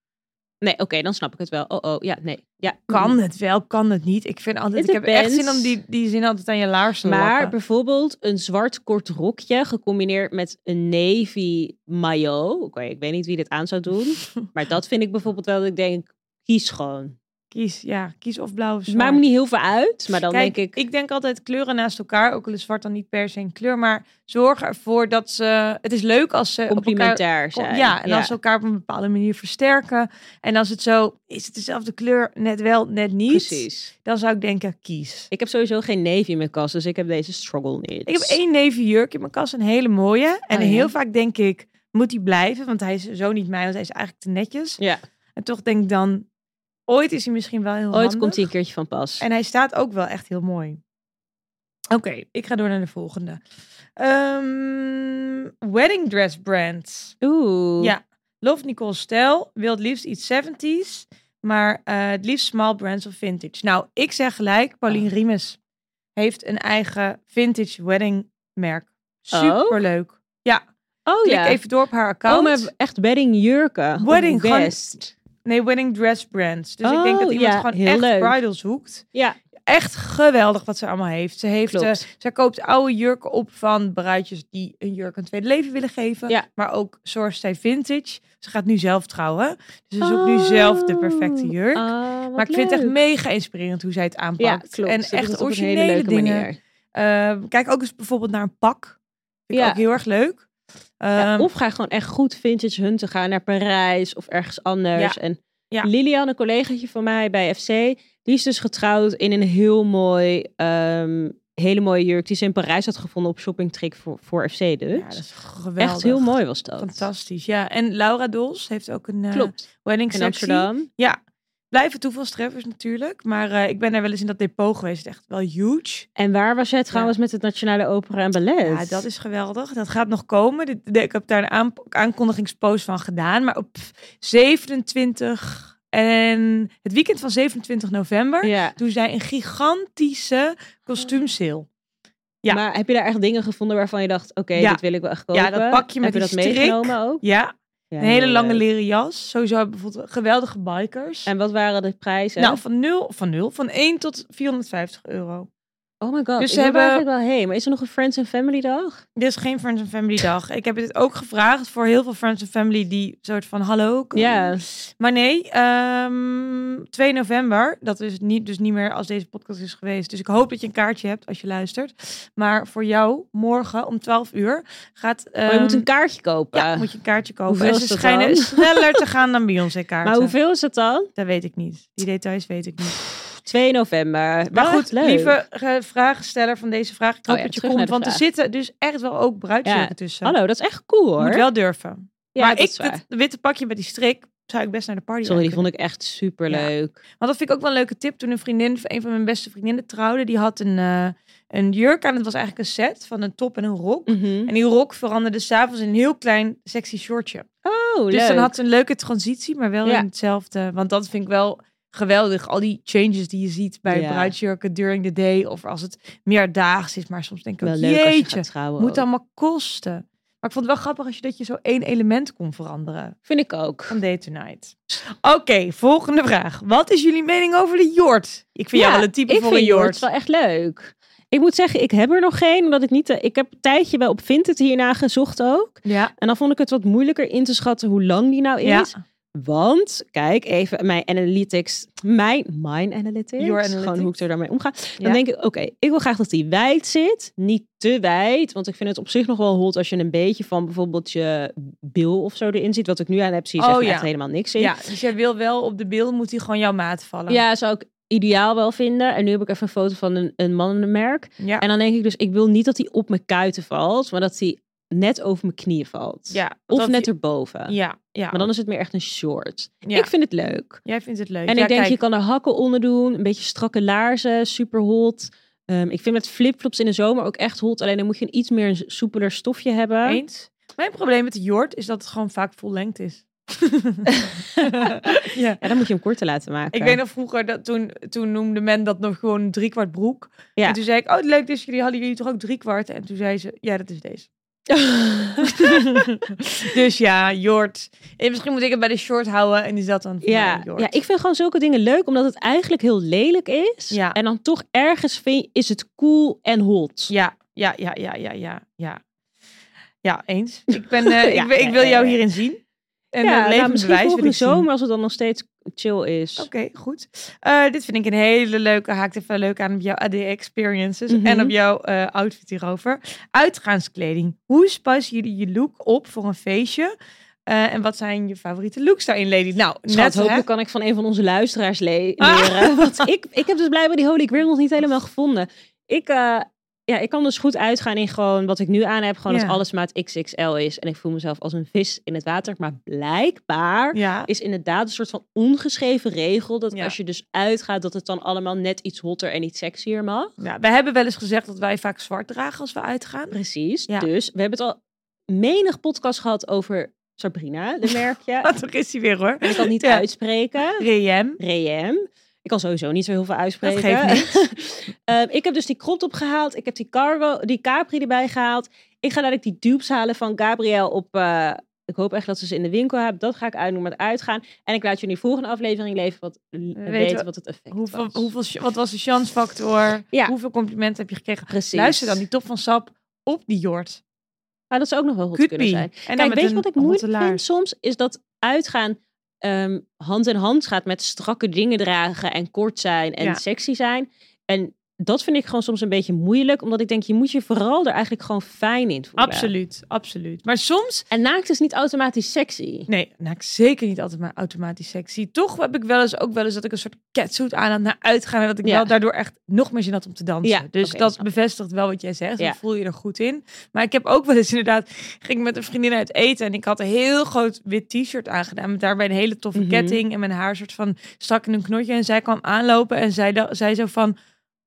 Nee, oké, dan snap ik het wel. Oh, oh, ja, nee. Ja, mm-hmm.
Kan het wel, kan het niet. Ik vind altijd,
It
ik heb echt zin
depends.
om die, die zin altijd aan je laars te
Maar
lappen.
bijvoorbeeld een zwart kort rokje gecombineerd met een navy maillot. Oké, ik weet niet wie dit aan zou doen. Maar dat vind ik bijvoorbeeld wel dat ik denk, kies gewoon. Dus
Kies, ja, kies of blauw of
Het
zwart.
maakt me niet heel veel uit, maar dan
Kijk,
denk ik...
ik denk altijd kleuren naast elkaar, ook al is zwart dan niet per se een kleur, maar zorg ervoor dat ze. Het is leuk als ze eh, op elkaar.
complementair zijn.
Ja, en als ze elkaar op een bepaalde manier versterken. En als het zo is, het dezelfde kleur, net wel, net niet.
Precies.
Dan zou ik denken, kies.
Ik heb sowieso geen navy in mijn kast, dus ik heb deze struggle niet.
Ik heb één nevenjurk in mijn kast, een hele mooie. En
Oh, ja.
heel vaak denk ik, moet die blijven? Want hij is zo niet mij, want hij is eigenlijk te netjes.
Ja,
En toch denk ik dan, ooit is hij misschien wel heel
ooit
handig.
komt hij een keertje van pas.
En hij staat ook wel echt heel mooi. Oké, ik ga door naar de volgende. Ehm, wedding dress brands.
Oeh.
Ja. Love Nicole Stijl wil het liefst iets 70s, maar eh, het liefst small brands of vintage. Nou, ik zeg gelijk,
Ah.
Pauline Riemes heeft een eigen vintage wedding merk. Superleuk. Ja,
Oh
klik
ja.
even door op haar account.
Oh, maar echt wedding jurken.
Wedding, gewoon-
best.
Nee, wedding dress brands. Dus ik denk dat
Oh,
iemand
ja,
gewoon
heel
echt
leuk.
bridals zoekt.
Ja,
echt geweldig wat ze allemaal heeft. Ze, heeft eh,
klopt.
ze koopt oude jurken op van bruidjes die een jurk een tweede leven willen geven.
Ja.
Maar ook zorgt zij vintage. Ze gaat nu zelf trouwen. Dus ze zoekt nu zelf de perfecte
Oh.
jurk.
Ah, wat
maar ik vind het echt
leuk.
mega inspirerend hoe zij het aanpakt.
Ja, klopt.
En
Ze doet het
echt
op een hele
originele
leuke
dingen.
manier.
Ehm, kijk ook eens bijvoorbeeld naar een pak. Vind ik
Ja.
ook heel erg leuk.
Ja,
Ehm,
of ga gewoon echt goed vintage hunten gaan naar Parijs of ergens anders. En
Ja.
Lilian, een collegaatje van mij bij FC, die is dus getrouwd in een heel mooi, ehm, hele mooie jurk die ze in Parijs had gevonden op shoppingtrick voor, voor FC dus.
ja, dat is geweldig.
echt heel mooi was dat.
Fantastisch, ja. En Laura Dols heeft ook een eh,
Klopt.
wedding
In
sectie.
Amsterdam.
Ja, blijven toevalstreffers natuurlijk. Maar eh, ik ben daar wel eens in dat depot geweest. Echt wel huge.
En waar was jij trouwens met het Nationale Opera en Ballet?
Ja, dat is geweldig. Dat gaat nog komen. Dit- de- Ik heb daar een aan- aankondigingspost van gedaan. Maar op 27 en het weekend van 27 november
Ja.
doen zij een gigantische kostuumsale. Ja.
Maar heb je daar echt dingen gevonden waarvan je dacht, oké,
Ja.
dit wil ik wel echt kopen?
Ja, dat pakje met
heb je
die
dat
strik.
meegenomen ook?
Ja,
Ja,
een hele
heel
lange
leuk.
leren jas. Sowieso hebben we bijvoorbeeld geweldige bikers. eh,
En wat waren de prijzen?
nou, van 0, van 0, van 1 tot 450 euro.
Oh my god,
Dus
dus
ze
ik hebben...
hebben-
eigenlijk wel heen. Maar is er nog een Friends and Family dag?
Dit is geen Friends and Family dag. Ik heb dit ook gevraagd voor heel veel Friends and Family die soort van hallo. kom-
Ja.
Maar nee, ehm, 2 november. Dat is niet, dus niet meer als deze podcast is geweest. Dus ik hoop dat je een kaartje hebt als je luistert. Maar voor jou, morgen om 12 uur gaat.
Maar Oh, je moet
ehm,
een kaartje kopen.
ja, moet je een kaartje kopen.
Hoeveel
en ze
is dat
schijnen
dan?
sneller te gaan dan Beyoncé kaarten.
maar hoeveel is het dan?
Dat weet ik niet. Die details weet ik niet.
2 november.
Maar
Wel
Ah, goed,
echt leuk.
lieve eh, vragensteller van deze vraag. Ik
Oh
hoop
ja,
dat je
terug naar
komt.
de
Want er
vraag.
zitten dus echt wel ook bruidsjurken
Ja,
tussen.
Hallo, dat is echt cool
Je
hoor.
moet wel durven.
Ja,
maar
dat
ik,
is waar.
het witte pakje met die strik, zou ik best naar de party
Sorry, die
aan
vond ik echt super leuk.
Want dat vind ik ook wel een leuke tip. Toen een vriendin, een van mijn beste vriendinnen trouwde, die had een, eh, een jurk aan. Het was eigenlijk een set van een top en een
Mhm.
rok. En die rok veranderde s'avonds in een heel klein sexy shortje.
Oh,
Dus
leuk.
dan had ze een leuke transitie, maar wel
Ja.
in hetzelfde. Want dat vind ik wel geweldig. Al die changes die je ziet bij
Ja.
bruidsjurken during the day. Of als het meer daags is. Maar soms denk ik
wel
ook,
leuk als je
jeetje,
gaat trouwen.
moet
ook.
allemaal kosten. Maar ik vond het wel grappig als je dat je zo één element kon veranderen
Vind ik ook.
van Day Tonight. Oké, volgende vraag. Wat is jullie mening over de jort? Ik vind
Ja,
jou wel een type
ik
voor
vind
een jort.
jorts wel echt leuk. Ik moet zeggen, ik heb er nog geen, omdat ik niet... eh, Ik heb een tijdje wel op Vinted hierna gezocht ook.
Ja,
En dan vond ik het wat moeilijker in te schatten hoe lang die nou
ja.
is. Want, kijk even, mijn analytics, mijn, mijn analytics,
Your
gewoon
analytics.
hoe ik er daarmee omga. Dan
Ja.
denk ik, oké, ik wil graag dat die wijd zit, niet te wijd. Want ik vind het op zich nog wel hot als je een beetje van bijvoorbeeld je bil of zo erin ziet. Wat ik nu aan heb, zie je
Oh,
echt,
ja.
echt helemaal niks in.
ja, dus jij wil wel op de beeld, moet hij gewoon jouw maat vallen.
Ja, zou ik ideaal wel vinden. En nu heb ik even een foto van een, een mannenmerk.
ja.
En dan denk ik dus, ik wil niet dat die op mijn kuiten valt, maar dat die net over mijn knieën valt.
ja.
Of
dat-
net erboven.
Ja, ja.
Maar dan is het meer echt een short.
ja.
Ik vind het leuk.
Jij vindt het leuk.
En
Ja,
ik denk,
kijk,
je kan er hakken onder doen. Een beetje strakke laarzen, super hot. Ehm, ik vind met flipflops in de zomer ook echt hot. Alleen dan moet je een iets meer soepeler stofje hebben.
eens. Mijn probleem met de jort is dat het gewoon vaak full lengte is. ja.
Ja, dan moet je hem korter laten maken.
Ik weet nog vroeger, dat toen, toen noemde men dat nog gewoon een driekwart broek.
Ja.
En toen zei ik, oh leuk, dus jullie hadden jullie toch ook driekwart? En toen zei ze, ja, dat is deze. dus ja, Jort. En misschien moet ik het bij de short houden en is dat dan voor
ja,
mij Jort.
ja, ik vind gewoon zulke dingen leuk, omdat het eigenlijk heel lelijk is.
Ja.
En dan toch ergens vind, is het cool en hot.
ja, ja, ja, ja, ja, ja, ja. Ja, eens. Ik, ben, eh,
Ja,
ik, wil- ik wil
ja, ja,
jou
ja.
hierin zien. En
Ja,
ja,
nou,
levend
misschien
bewijs wil
volgende
ik zien.
zomer, als het dan nog steeds chill is.
Oké, goed. Eh, dit vind ik een hele leuke. Haakt even leuk aan op jouw AD-experiences
Mhm.
en op jouw eh, outfit hierover. Uitgaanskleding. Hoe spassen jullie je look op voor een feestje? Eh, en wat zijn je favoriete looks daarin, lady? Nou,
Schat,
net hè?
hopelijk kan ik van een van onze luisteraars le-
Ah.
leren. Want ik, ik heb dus blijkbaar die Holy Grail nog niet helemaal gevonden. Ik, eh, ja, ik kan dus goed uitgaan in gewoon wat ik nu aan heb. Gewoon
Ja.
dat alles maat XXL is. En ik voel mezelf als een vis in het water. Maar blijkbaar
Ja,
is inderdaad een soort van ongeschreven regel. Dat
Ja.
als je dus uitgaat, dat het dan allemaal net iets hotter en iets sexier mag.
Ja, we hebben wel eens gezegd dat wij vaak zwart dragen als we uitgaan.
Precies.
Ja.
Dus we hebben het al menig podcast gehad over Sabrina, de merkje.
Ah, toch is hij weer hoor.
En ik kan het niet
Ja.
uitspreken.
Riem.
Reem. Ik kan sowieso niet zo heel veel uitspreken.
Dat geeft
Ehm, ik heb dus die crop top gehaald. Ik heb die, cargo, die Capri erbij gehaald. Ik ga dadelijk die dupes halen van Gabrielle op... eh, ik hoop echt dat ze ze in de winkel hebben. Dat ga ik uitdoen met uitgaan. En ik laat jullie volgende aflevering leven wat, weten,
we-
wat het effect
Hoeveel,
was.
hoeveel, wat was de chancefactor?
Ja.
Hoeveel complimenten heb je gekregen?
Precies.
Luister dan die top van Sap op die jort.
Ah, dat zou ook nog wel goed
Could
kunnen
be.
zijn.
En
Kijk, weet je
een
wat ik
hotte
moeilijk
laars.
vind soms? Is dat uitgaan ehm, hand in hand gaat met strakke dingen dragen en kort zijn en
Ja.
sexy zijn. En dat vind ik gewoon soms een beetje moeilijk, omdat ik denk, je moet je vooral er eigenlijk gewoon fijn in voelen.
Absoluut, absoluut. Maar soms,
En naakt is niet automatisch sexy.
nee, nou, ik zeker niet altijd maar automatisch sexy. Toch heb ik wel eens ook wel eens dat ik een soort catsuit aan had naar uitgaan en dat ik
Ja.
wel daardoor echt nog meer zin had om te dansen.
Ja,
dus
oké, dat
dat
snap ik.
bevestigt wel wat jij zegt.
Ja.
Dan voel je er goed in. Maar ik heb ook wel eens inderdaad ging ik met een vriendin uit eten en ik had een heel groot wit t-shirt aangedaan met daarbij een hele toffe
Mhm.
ketting en mijn haar soort van stak in een knotje en zij kwam aanlopen en zij da- zei zo van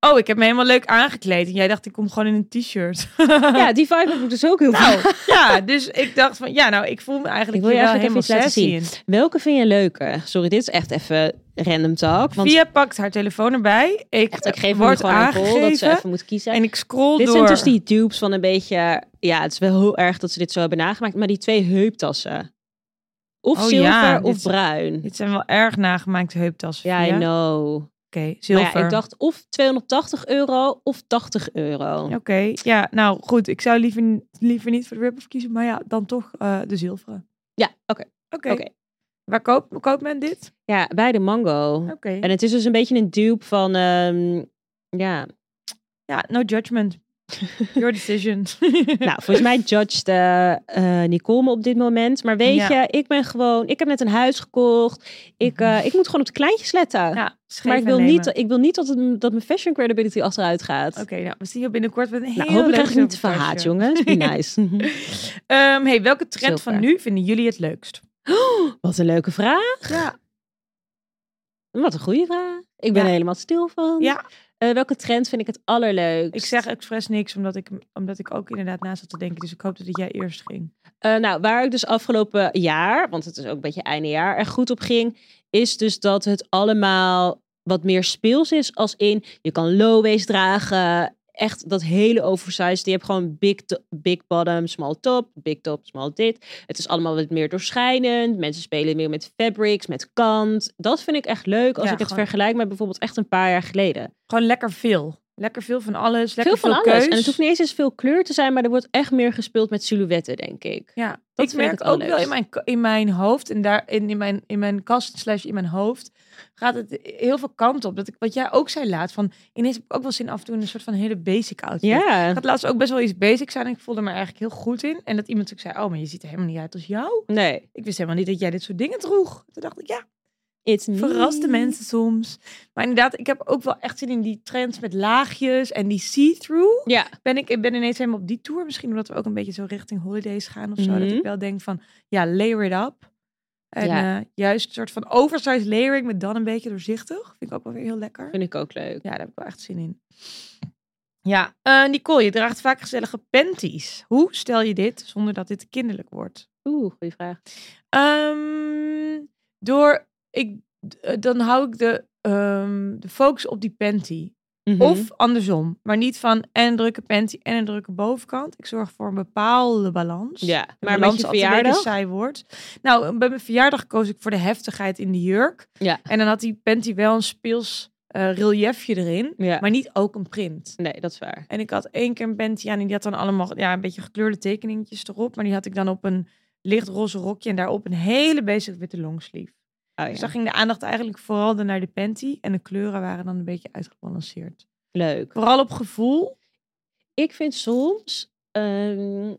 Oh, ik heb me helemaal leuk aangekleed. En jij dacht, ik kom gewoon in een t-shirt.
Ja, die vibe heb ik dus ook heel veel.
Nou, ja, dus ik dacht van, ja, nou, ik voel me
Ik
eigenlijk
wil
hier
je
wel
eigenlijk even
helemaal
iets
sexy
laten
in.
Welke vind je leuker? Sorry, dit is echt even random talk. Want
Via pakt haar telefoon erbij. Ik,
echt, ik geef hem
word
gewoon een call dat ze
aangegeven
even moet kiezen.
en ik scroll
Dit
door.
zijn dus die dupes van een beetje... Ja, het is wel heel erg dat ze dit zo hebben nagemaakt. Maar die twee heuptassen. Of
Oh
zilver
ja,
of
dit-
bruin.
Dit zijn wel erg nagemaakte heuptassen.
Ja, I
Via.
know. Maar
zilver.
ja, ik dacht of 280 euro of 80 euro.
Oké, ja, nou goed. Ik zou liever, n- liever niet voor de rip-off kiezen, maar ja, dan toch eh, de zilveren.
Ja, oké.
Oké.
Oké.
Waar koopt, koopt men dit?
Ja, bij de Mango.
Oké.
En het is dus een beetje een dupe van, ehm, ja,
Ja, no judgment. Your decision.
nou, volgens mij judged eh, eh, Nicole me op dit moment. Maar weet
Ja. Mhm.
je, ik ben gewoon, ik heb net een huis gekocht. Ik, eh, ik moet gewoon op de kleintjes letten.
ja,
maar ik
scheef
wil,
aannemen.
niet, ik wil niet dat, het- dat mijn fashion credibility achteruit gaat.
Oké, nou, we zien je binnenkort met een heel
Nou, hopelijk
leuk
krijg ik niet te
zilvertasje.
verhaat, jongens. Be nice.
Ehm, hey, welke trend van
Zilver.
nu vinden jullie het leukst?
Wat een leuke vraag.
Ja.
Wat een goede vraag. Ik ben
Ja.
er helemaal stil van.
Ja.
Eh, welke trend vind ik het allerleukst?
Ik zeg expres niks, omdat ik, omdat ik ook inderdaad na zat te denken. Dus ik hoopte dat jij eerst ging.
Eh, nou, waar ik dus afgelopen jaar, want het is ook een beetje einde jaar, er goed op ging, is dus dat het allemaal wat meer speels is. Als in, je kan low-waist dragen, echt dat hele oversized. Je hebt gewoon big, to- big bottom, small top, big top, small dit. Het is allemaal wat meer doorschijnend. Mensen spelen meer met fabrics, met kant. Dat vind ik echt leuk als
Ja,
ik het
gewoon-
vergelijk met bijvoorbeeld echt een paar jaar geleden.
Gewoon lekker veel. Lekker veel van alles. Lekker
Veel
veel,
van alles.
keus.
En het hoeft niet eens eens veel kleur te zijn, maar er wordt echt meer gespeeld met silhouetten, denk ik.
Ja,
Dat
ik
vind ik
merk
het
ook wel
allerleukst.
in mijn, in mijn hoofd en daar in, in, mijn, in mijn kast slash in mijn hoofd gaat het heel veel kant op. Dat ik, wat jij ook zei laat, van ineens heb ik ook wel zin af en toe in een soort van hele basic outfit.
Ja.
Ik had laatst ook best wel iets basics aan en ik voelde me er eigenlijk heel goed in. En dat iemand ook zei, oh, maar je ziet er helemaal niet uit als jou.
Nee.
Ik wist helemaal niet dat jij dit soort dingen droeg. Toen dacht ik, ja,
It's
verraste
me.
mensen soms. Maar inderdaad, ik heb ook wel echt zin in die trends met laagjes en die see-through.
Ja,
ben ik, ik ben ineens helemaal op die tour. Misschien omdat we ook een beetje zo richting holidays gaan of zo. Dat
Mhm.
ik wel denk van, ja, layer it up. En
Ja.
eh, juist een soort van oversized layering met dan een beetje doorzichtig. Vind ik ook wel weer heel lekker.
vind ik ook leuk.
Ja, daar heb ik wel echt zin in. Ja, eh, Nicole, je draagt vaak gezellige panties. Hoe stel je dit zonder dat dit kinderlijk wordt?
Oeh, goede vraag.
Ehm, door, ik, eh, dan hou ik de, ehm, de focus op die panty.
Mhm.
Of andersom, maar niet van en een drukke panty en een drukke bovenkant. Ik zorg voor een bepaalde balans.
ja,
De
maar
balans
met
is
je
altijd een
verjaardag.
beetje saai woord. Nou, bij mijn verjaardag koos ik voor de heftigheid in de jurk.
Ja.
En dan had die panty wel een speels eh, reliefje erin,
Ja.
maar niet ook een print.
Nee, dat is waar.
En ik had één keer een panty aan en die had dan allemaal ja, een beetje gekleurde tekeningetjes erop. Maar die had ik dan op een lichtroze rokje en daarop een hele basic witte longsleeve.
Oh, ja.
Dus daar ging de aandacht eigenlijk vooral dan naar de panty. En de kleuren waren dan een beetje uitgebalanceerd.
Leuk.
Vooral op gevoel.
Ik vind soms ehm,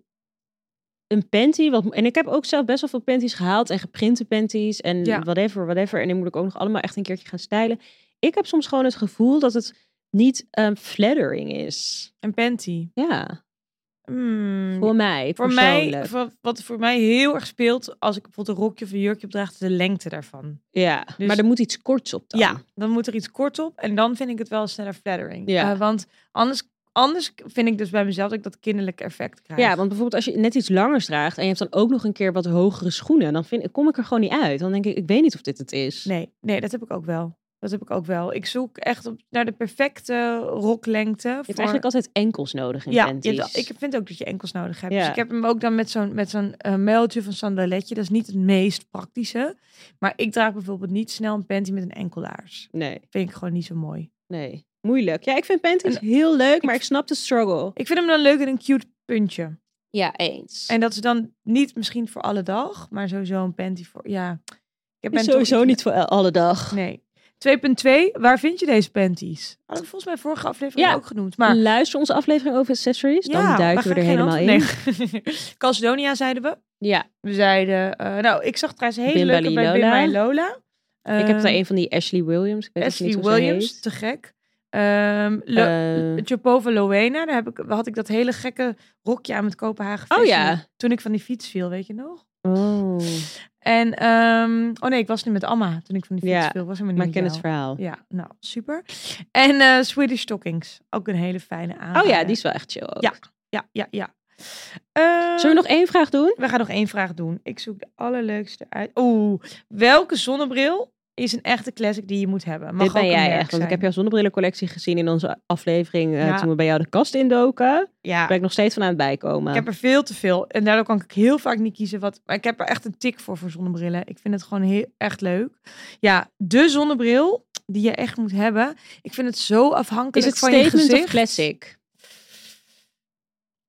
een panty, wat, en ik heb ook zelf best wel veel panties gehaald en geprinte panties en
Ja.
whatever, whatever. En die moet ik ook nog allemaal echt een keertje gaan stylen. Ik heb soms gewoon het gevoel dat het niet ehm, flattering is.
Een panty.
Ja,
Hmm,
voor mij
voor mij,
persoonlijk.
voor- wat voor mij heel erg speelt als ik bijvoorbeeld een rokje of een jurkje opdraag, is de lengte daarvan.
Ja,
Dus-
maar er moet iets korts op dan.
Ja, dan moet er iets kort op en dan vind ik het wel sneller flattering.
Ja.
Eh, want anders, anders vind ik dus bij mezelf dat ik dat kinderlijke effect krijg.
Ja, want bijvoorbeeld als je net iets langers draagt en je hebt dan ook nog een keer wat hogere schoenen, dan vind, kom ik er gewoon niet uit. Dan denk ik, ik weet niet of dit het is.
Nee, nee, dat heb ik ook wel. Dat heb ik ook wel. Ik zoek echt op, naar de perfecte roklengte.
Je hebt eigenlijk altijd enkels nodig in
ja, je hebt
panties.
wel- ik vind ook dat je enkels nodig hebt. Dus
Ja.
ik heb hem ook dan met zo'n met zo'n eh, muiltje van sandaletje. Dat is niet het meest praktische. Maar ik draag bijvoorbeeld niet snel een panty met een enkelaars.
Nee,
Vind ik gewoon niet zo mooi.
nee. Moeilijk. Ja, ik vind panties heel leuk, maar
ik-
ik snap de struggle.
Ik vind hem dan leuk in een cute puntje.
Ja, eens.
En dat is dan niet misschien voor alle dag, maar sowieso een panty voor. Ja,
ben
ik toch
sowieso
iets-
niet voor el- alle dag.
Nee. 2.2, waar vind je deze panties? Hadden we volgens mij vorige aflevering
Ja.
ook genoemd. Maar
Luister onze aflevering over accessories, Dus dan duiken we
gaan
er
geen
helemaal in.
antwoord- Nee. Calcedonia zeiden we.
Ja,
We zeiden, eh, nou, ik zag trouwens een hele
Bim
leuke
Bali
bij Bim
Lola.
Bali Lola.
ik heb daar
Ehm,
een van die Ashley Williams. Ik weet even
Ashley
niet hoe ze
Williams,
heet.
te gek. Ehm Lo-
Eh,
Chapova Loena, daar heb ik, had ik dat hele gekke rokje aan met Kopenhagen
Oh
Fashion
ja.
Toen ik van die fiets viel, weet je nog? Mm,
oh,
En, ehm, oh nee, ik was nu met Amma toen ik van die fiets
Ja,
viel. Was helemaal
maar
niet
ik ken
met
het
jou.
verhaal.
Ja, nou, super. En eh, Swedish Stockings, ook een hele fijne aan.
Oh ja, die is wel echt chill ook.
Ja. Ja, ja, ja. Ehm,
Zullen we nog één vraag doen?
We gaan nog één vraag doen. Ik zoek de allerleukste uit. Oeh, welke zonnebril is een echte classic die je moet hebben? Mag
Dit ben
ook een
jij
merk
echt. Want ik heb
zijn.
jouw zonnebrillencollectie gezien in onze aflevering eh,
Ja.
toen we bij jou de kast indoken. Daar
Ja,
ben ik nog steeds van aan het bijkomen.
ik heb er veel te veel. En daardoor kan ik heel vaak niet kiezen wat... Maar ik heb er echt een tik voor, voor zonnebrillen. Ik vind het gewoon heel, echt leuk. Ja, de zonnebril die je echt moet hebben. Ik vind het zo
Is
afhankelijk
het
van je
statement
gezicht.
of classic?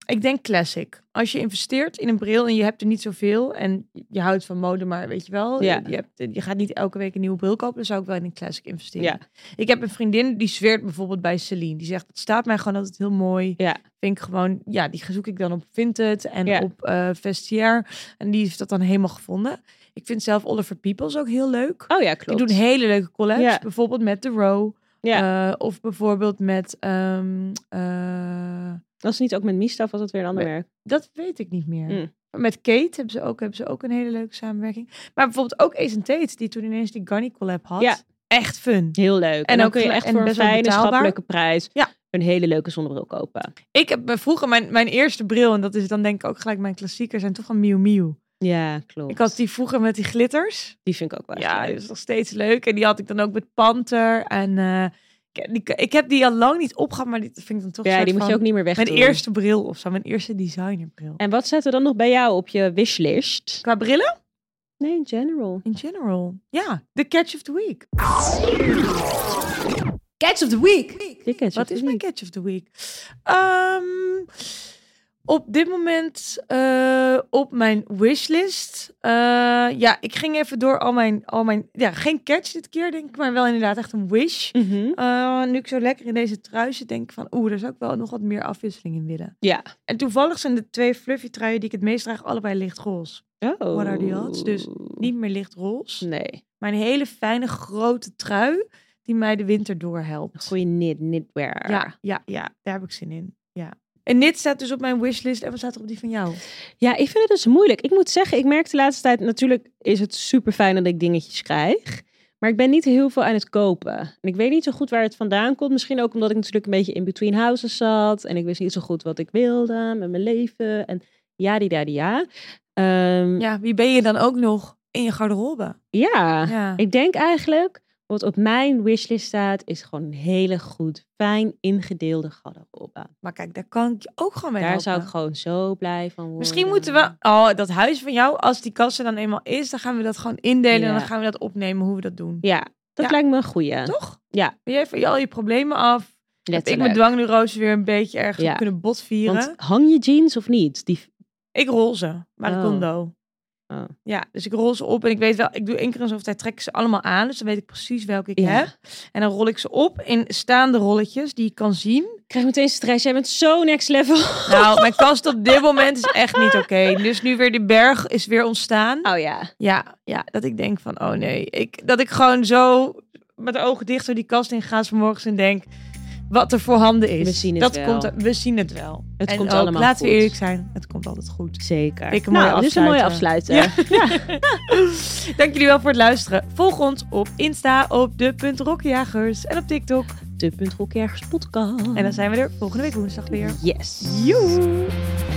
Ik denk classic. Als je investeert in een bril en je hebt er niet zoveel en je houdt van mode, maar weet je wel,
Ja.
je, je hebt, je gaat niet elke week een nieuwe bril kopen, dan zou ik wel in een classic investeren.
Ja.
Ik heb een vriendin die zweert bijvoorbeeld bij Celine. Die zegt, het staat mij gewoon altijd heel mooi.
Ja.
Vind ik gewoon, ja, die zoek ik dan op Vinted en
Ja.
op eh Vestiaire. En die heeft dat dan helemaal gevonden. Ik vind zelf Oliver Peoples ook heel leuk.
Oh ja, klopt.
Die doen hele leuke collabs.
Ja.
Bijvoorbeeld met The Row.
Ja.
Eh, of bijvoorbeeld met... ehm, eh,
Was het niet ook met Mista of was dat weer een ander merk?
dat weet ik niet meer.
Mm.
Met Kate hebben ze, ook, hebben ze ook een hele leuke samenwerking. Maar bijvoorbeeld ook Ace Tate, die toen ineens die Garni collab had.
Ja.
Echt fun.
Heel leuk. En,
En
dan
ook
kun je
gel-
echt
en
voor een
best wel
fijne
betaalbaar.
schappelijke prijs
Ja.
een hele leuke zonnebril kopen.
Ik heb me vroeger mijn, mijn eerste bril, en dat is dan denk ik ook gelijk mijn klassieker, zijn toch een Miu
Oh,
Miu.
Ja, klopt.
Ik had die vroeger met die glitters.
Die vind ik ook wel echt
Ja,
leuk.
die is nog steeds leuk. En die had ik dan ook met Panther. En eh, ik, die- ik heb die al lang niet opgehad, maar die vind ik dan toch een
ja,
soort
die moet je
van
ook niet meer weg
Mijn
doen.
eerste bril of zo, mijn eerste designerbril.
En wat zetten we dan nog bij jou op je wishlist?
Qua brillen?
Nee, in general.
In general. Ja, de catch of the week.
Catch of the week.
Tickets,
Wat Dus is mijn catch of the week? Ehm, op dit moment eh, op mijn wishlist. Eh, ja, ik ging even door al mijn, al mijn. Ja, geen catch dit keer, denk ik, maar wel inderdaad echt een wish.
Mhm.
Eh, nu ik zo lekker in deze trui zit, denk ik van, oeh, daar zou ik wel nog wat meer afwisseling in willen.
Ja.
En toevallig zijn de twee fluffy truien die ik het meest draag, allebei lichtroze.
Oh.
What are the odds? Dus Niet meer lichtroze.
Nee.
Maar een hele fijne grote trui die mij de winter
Een
doorhelpt.
goede knit, knitwear.
Ja, ja, ja, daar heb ik zin in. Ja. En dit staat dus op mijn wishlist. En wat staat er op die van jou?
Ja, ik vind het dus moeilijk. Ik moet zeggen, ik merk de laatste tijd... Natuurlijk is het super fijn dat ik dingetjes krijg. Maar ik ben niet heel veel aan het kopen. En ik weet niet zo goed waar het vandaan komt. Misschien ook omdat ik natuurlijk een beetje in between houses zat. En ik wist niet zo goed wat ik wilde met mijn leven. En ja, die, daar, die, ja. Ehm,
Ja, wie ben je dan ook nog in je garderobe?
ja.
Ja.
Ah, Ik denk eigenlijk, wat op mijn wishlist staat, is gewoon een hele goed, fijn ingedeelde garderobe.
Maar kijk, daar kan ik je ook gewoon mee
Daar
helpen.
zou ik gewoon eh, zo blij van worden.
Misschien moeten we... Oh, dat huis van jou, als die kast er dan eenmaal is, dan gaan we dat gewoon indelen. En
Ja.
dan gaan we dat opnemen, hoe we dat doen.
Ja, dat
Ja.
lijkt me een goeie.
Toch?
Ja.
Ben jij van al je problemen af? Heb ik
Letterlijk.
mijn dwangneurose weer een beetje ergens
Ja.
op kunnen botvieren?
Want hang je jeans of niet? Die...
Ik rol ze, maar
Oh.
de condo.
Oh.
Ja, dus ik rol ze op en ik weet wel, ik doe één keer in zoveel tijd trek ik ze allemaal aan. Dus dan weet ik precies welke ik
Ja.
heb. En dan rol ik ze op in staande rolletjes die ik kan zien.
Ik krijg meteen stress. Jij bent zo next level.
Nou, mijn kast op dit moment is echt niet oké. Dus nu weer die berg is weer ontstaan.
Oh ja.
Ja, ja, dat ik denk van, oh nee. Ik, dat ik gewoon zo met de ogen dicht door die kast in ga 's morgens en denk... Wat er voorhanden is.
We zien het
dat
wel.
Komt, we zien het wel.
Het
En
komt
ook,
allemaal
Laten we
goed.
eerlijk zijn. Het komt altijd goed.
Zeker.
Vind ik een mooie
nou, dit is een mooie afsluiter.
Dank jullie wel voor het luisteren. Volg ons op Insta op de.rokkenjagers en op TikTok.
De Punt Rock Ergens podcast.
En dan zijn we er volgende week woensdag weer.
Yes.
Joe!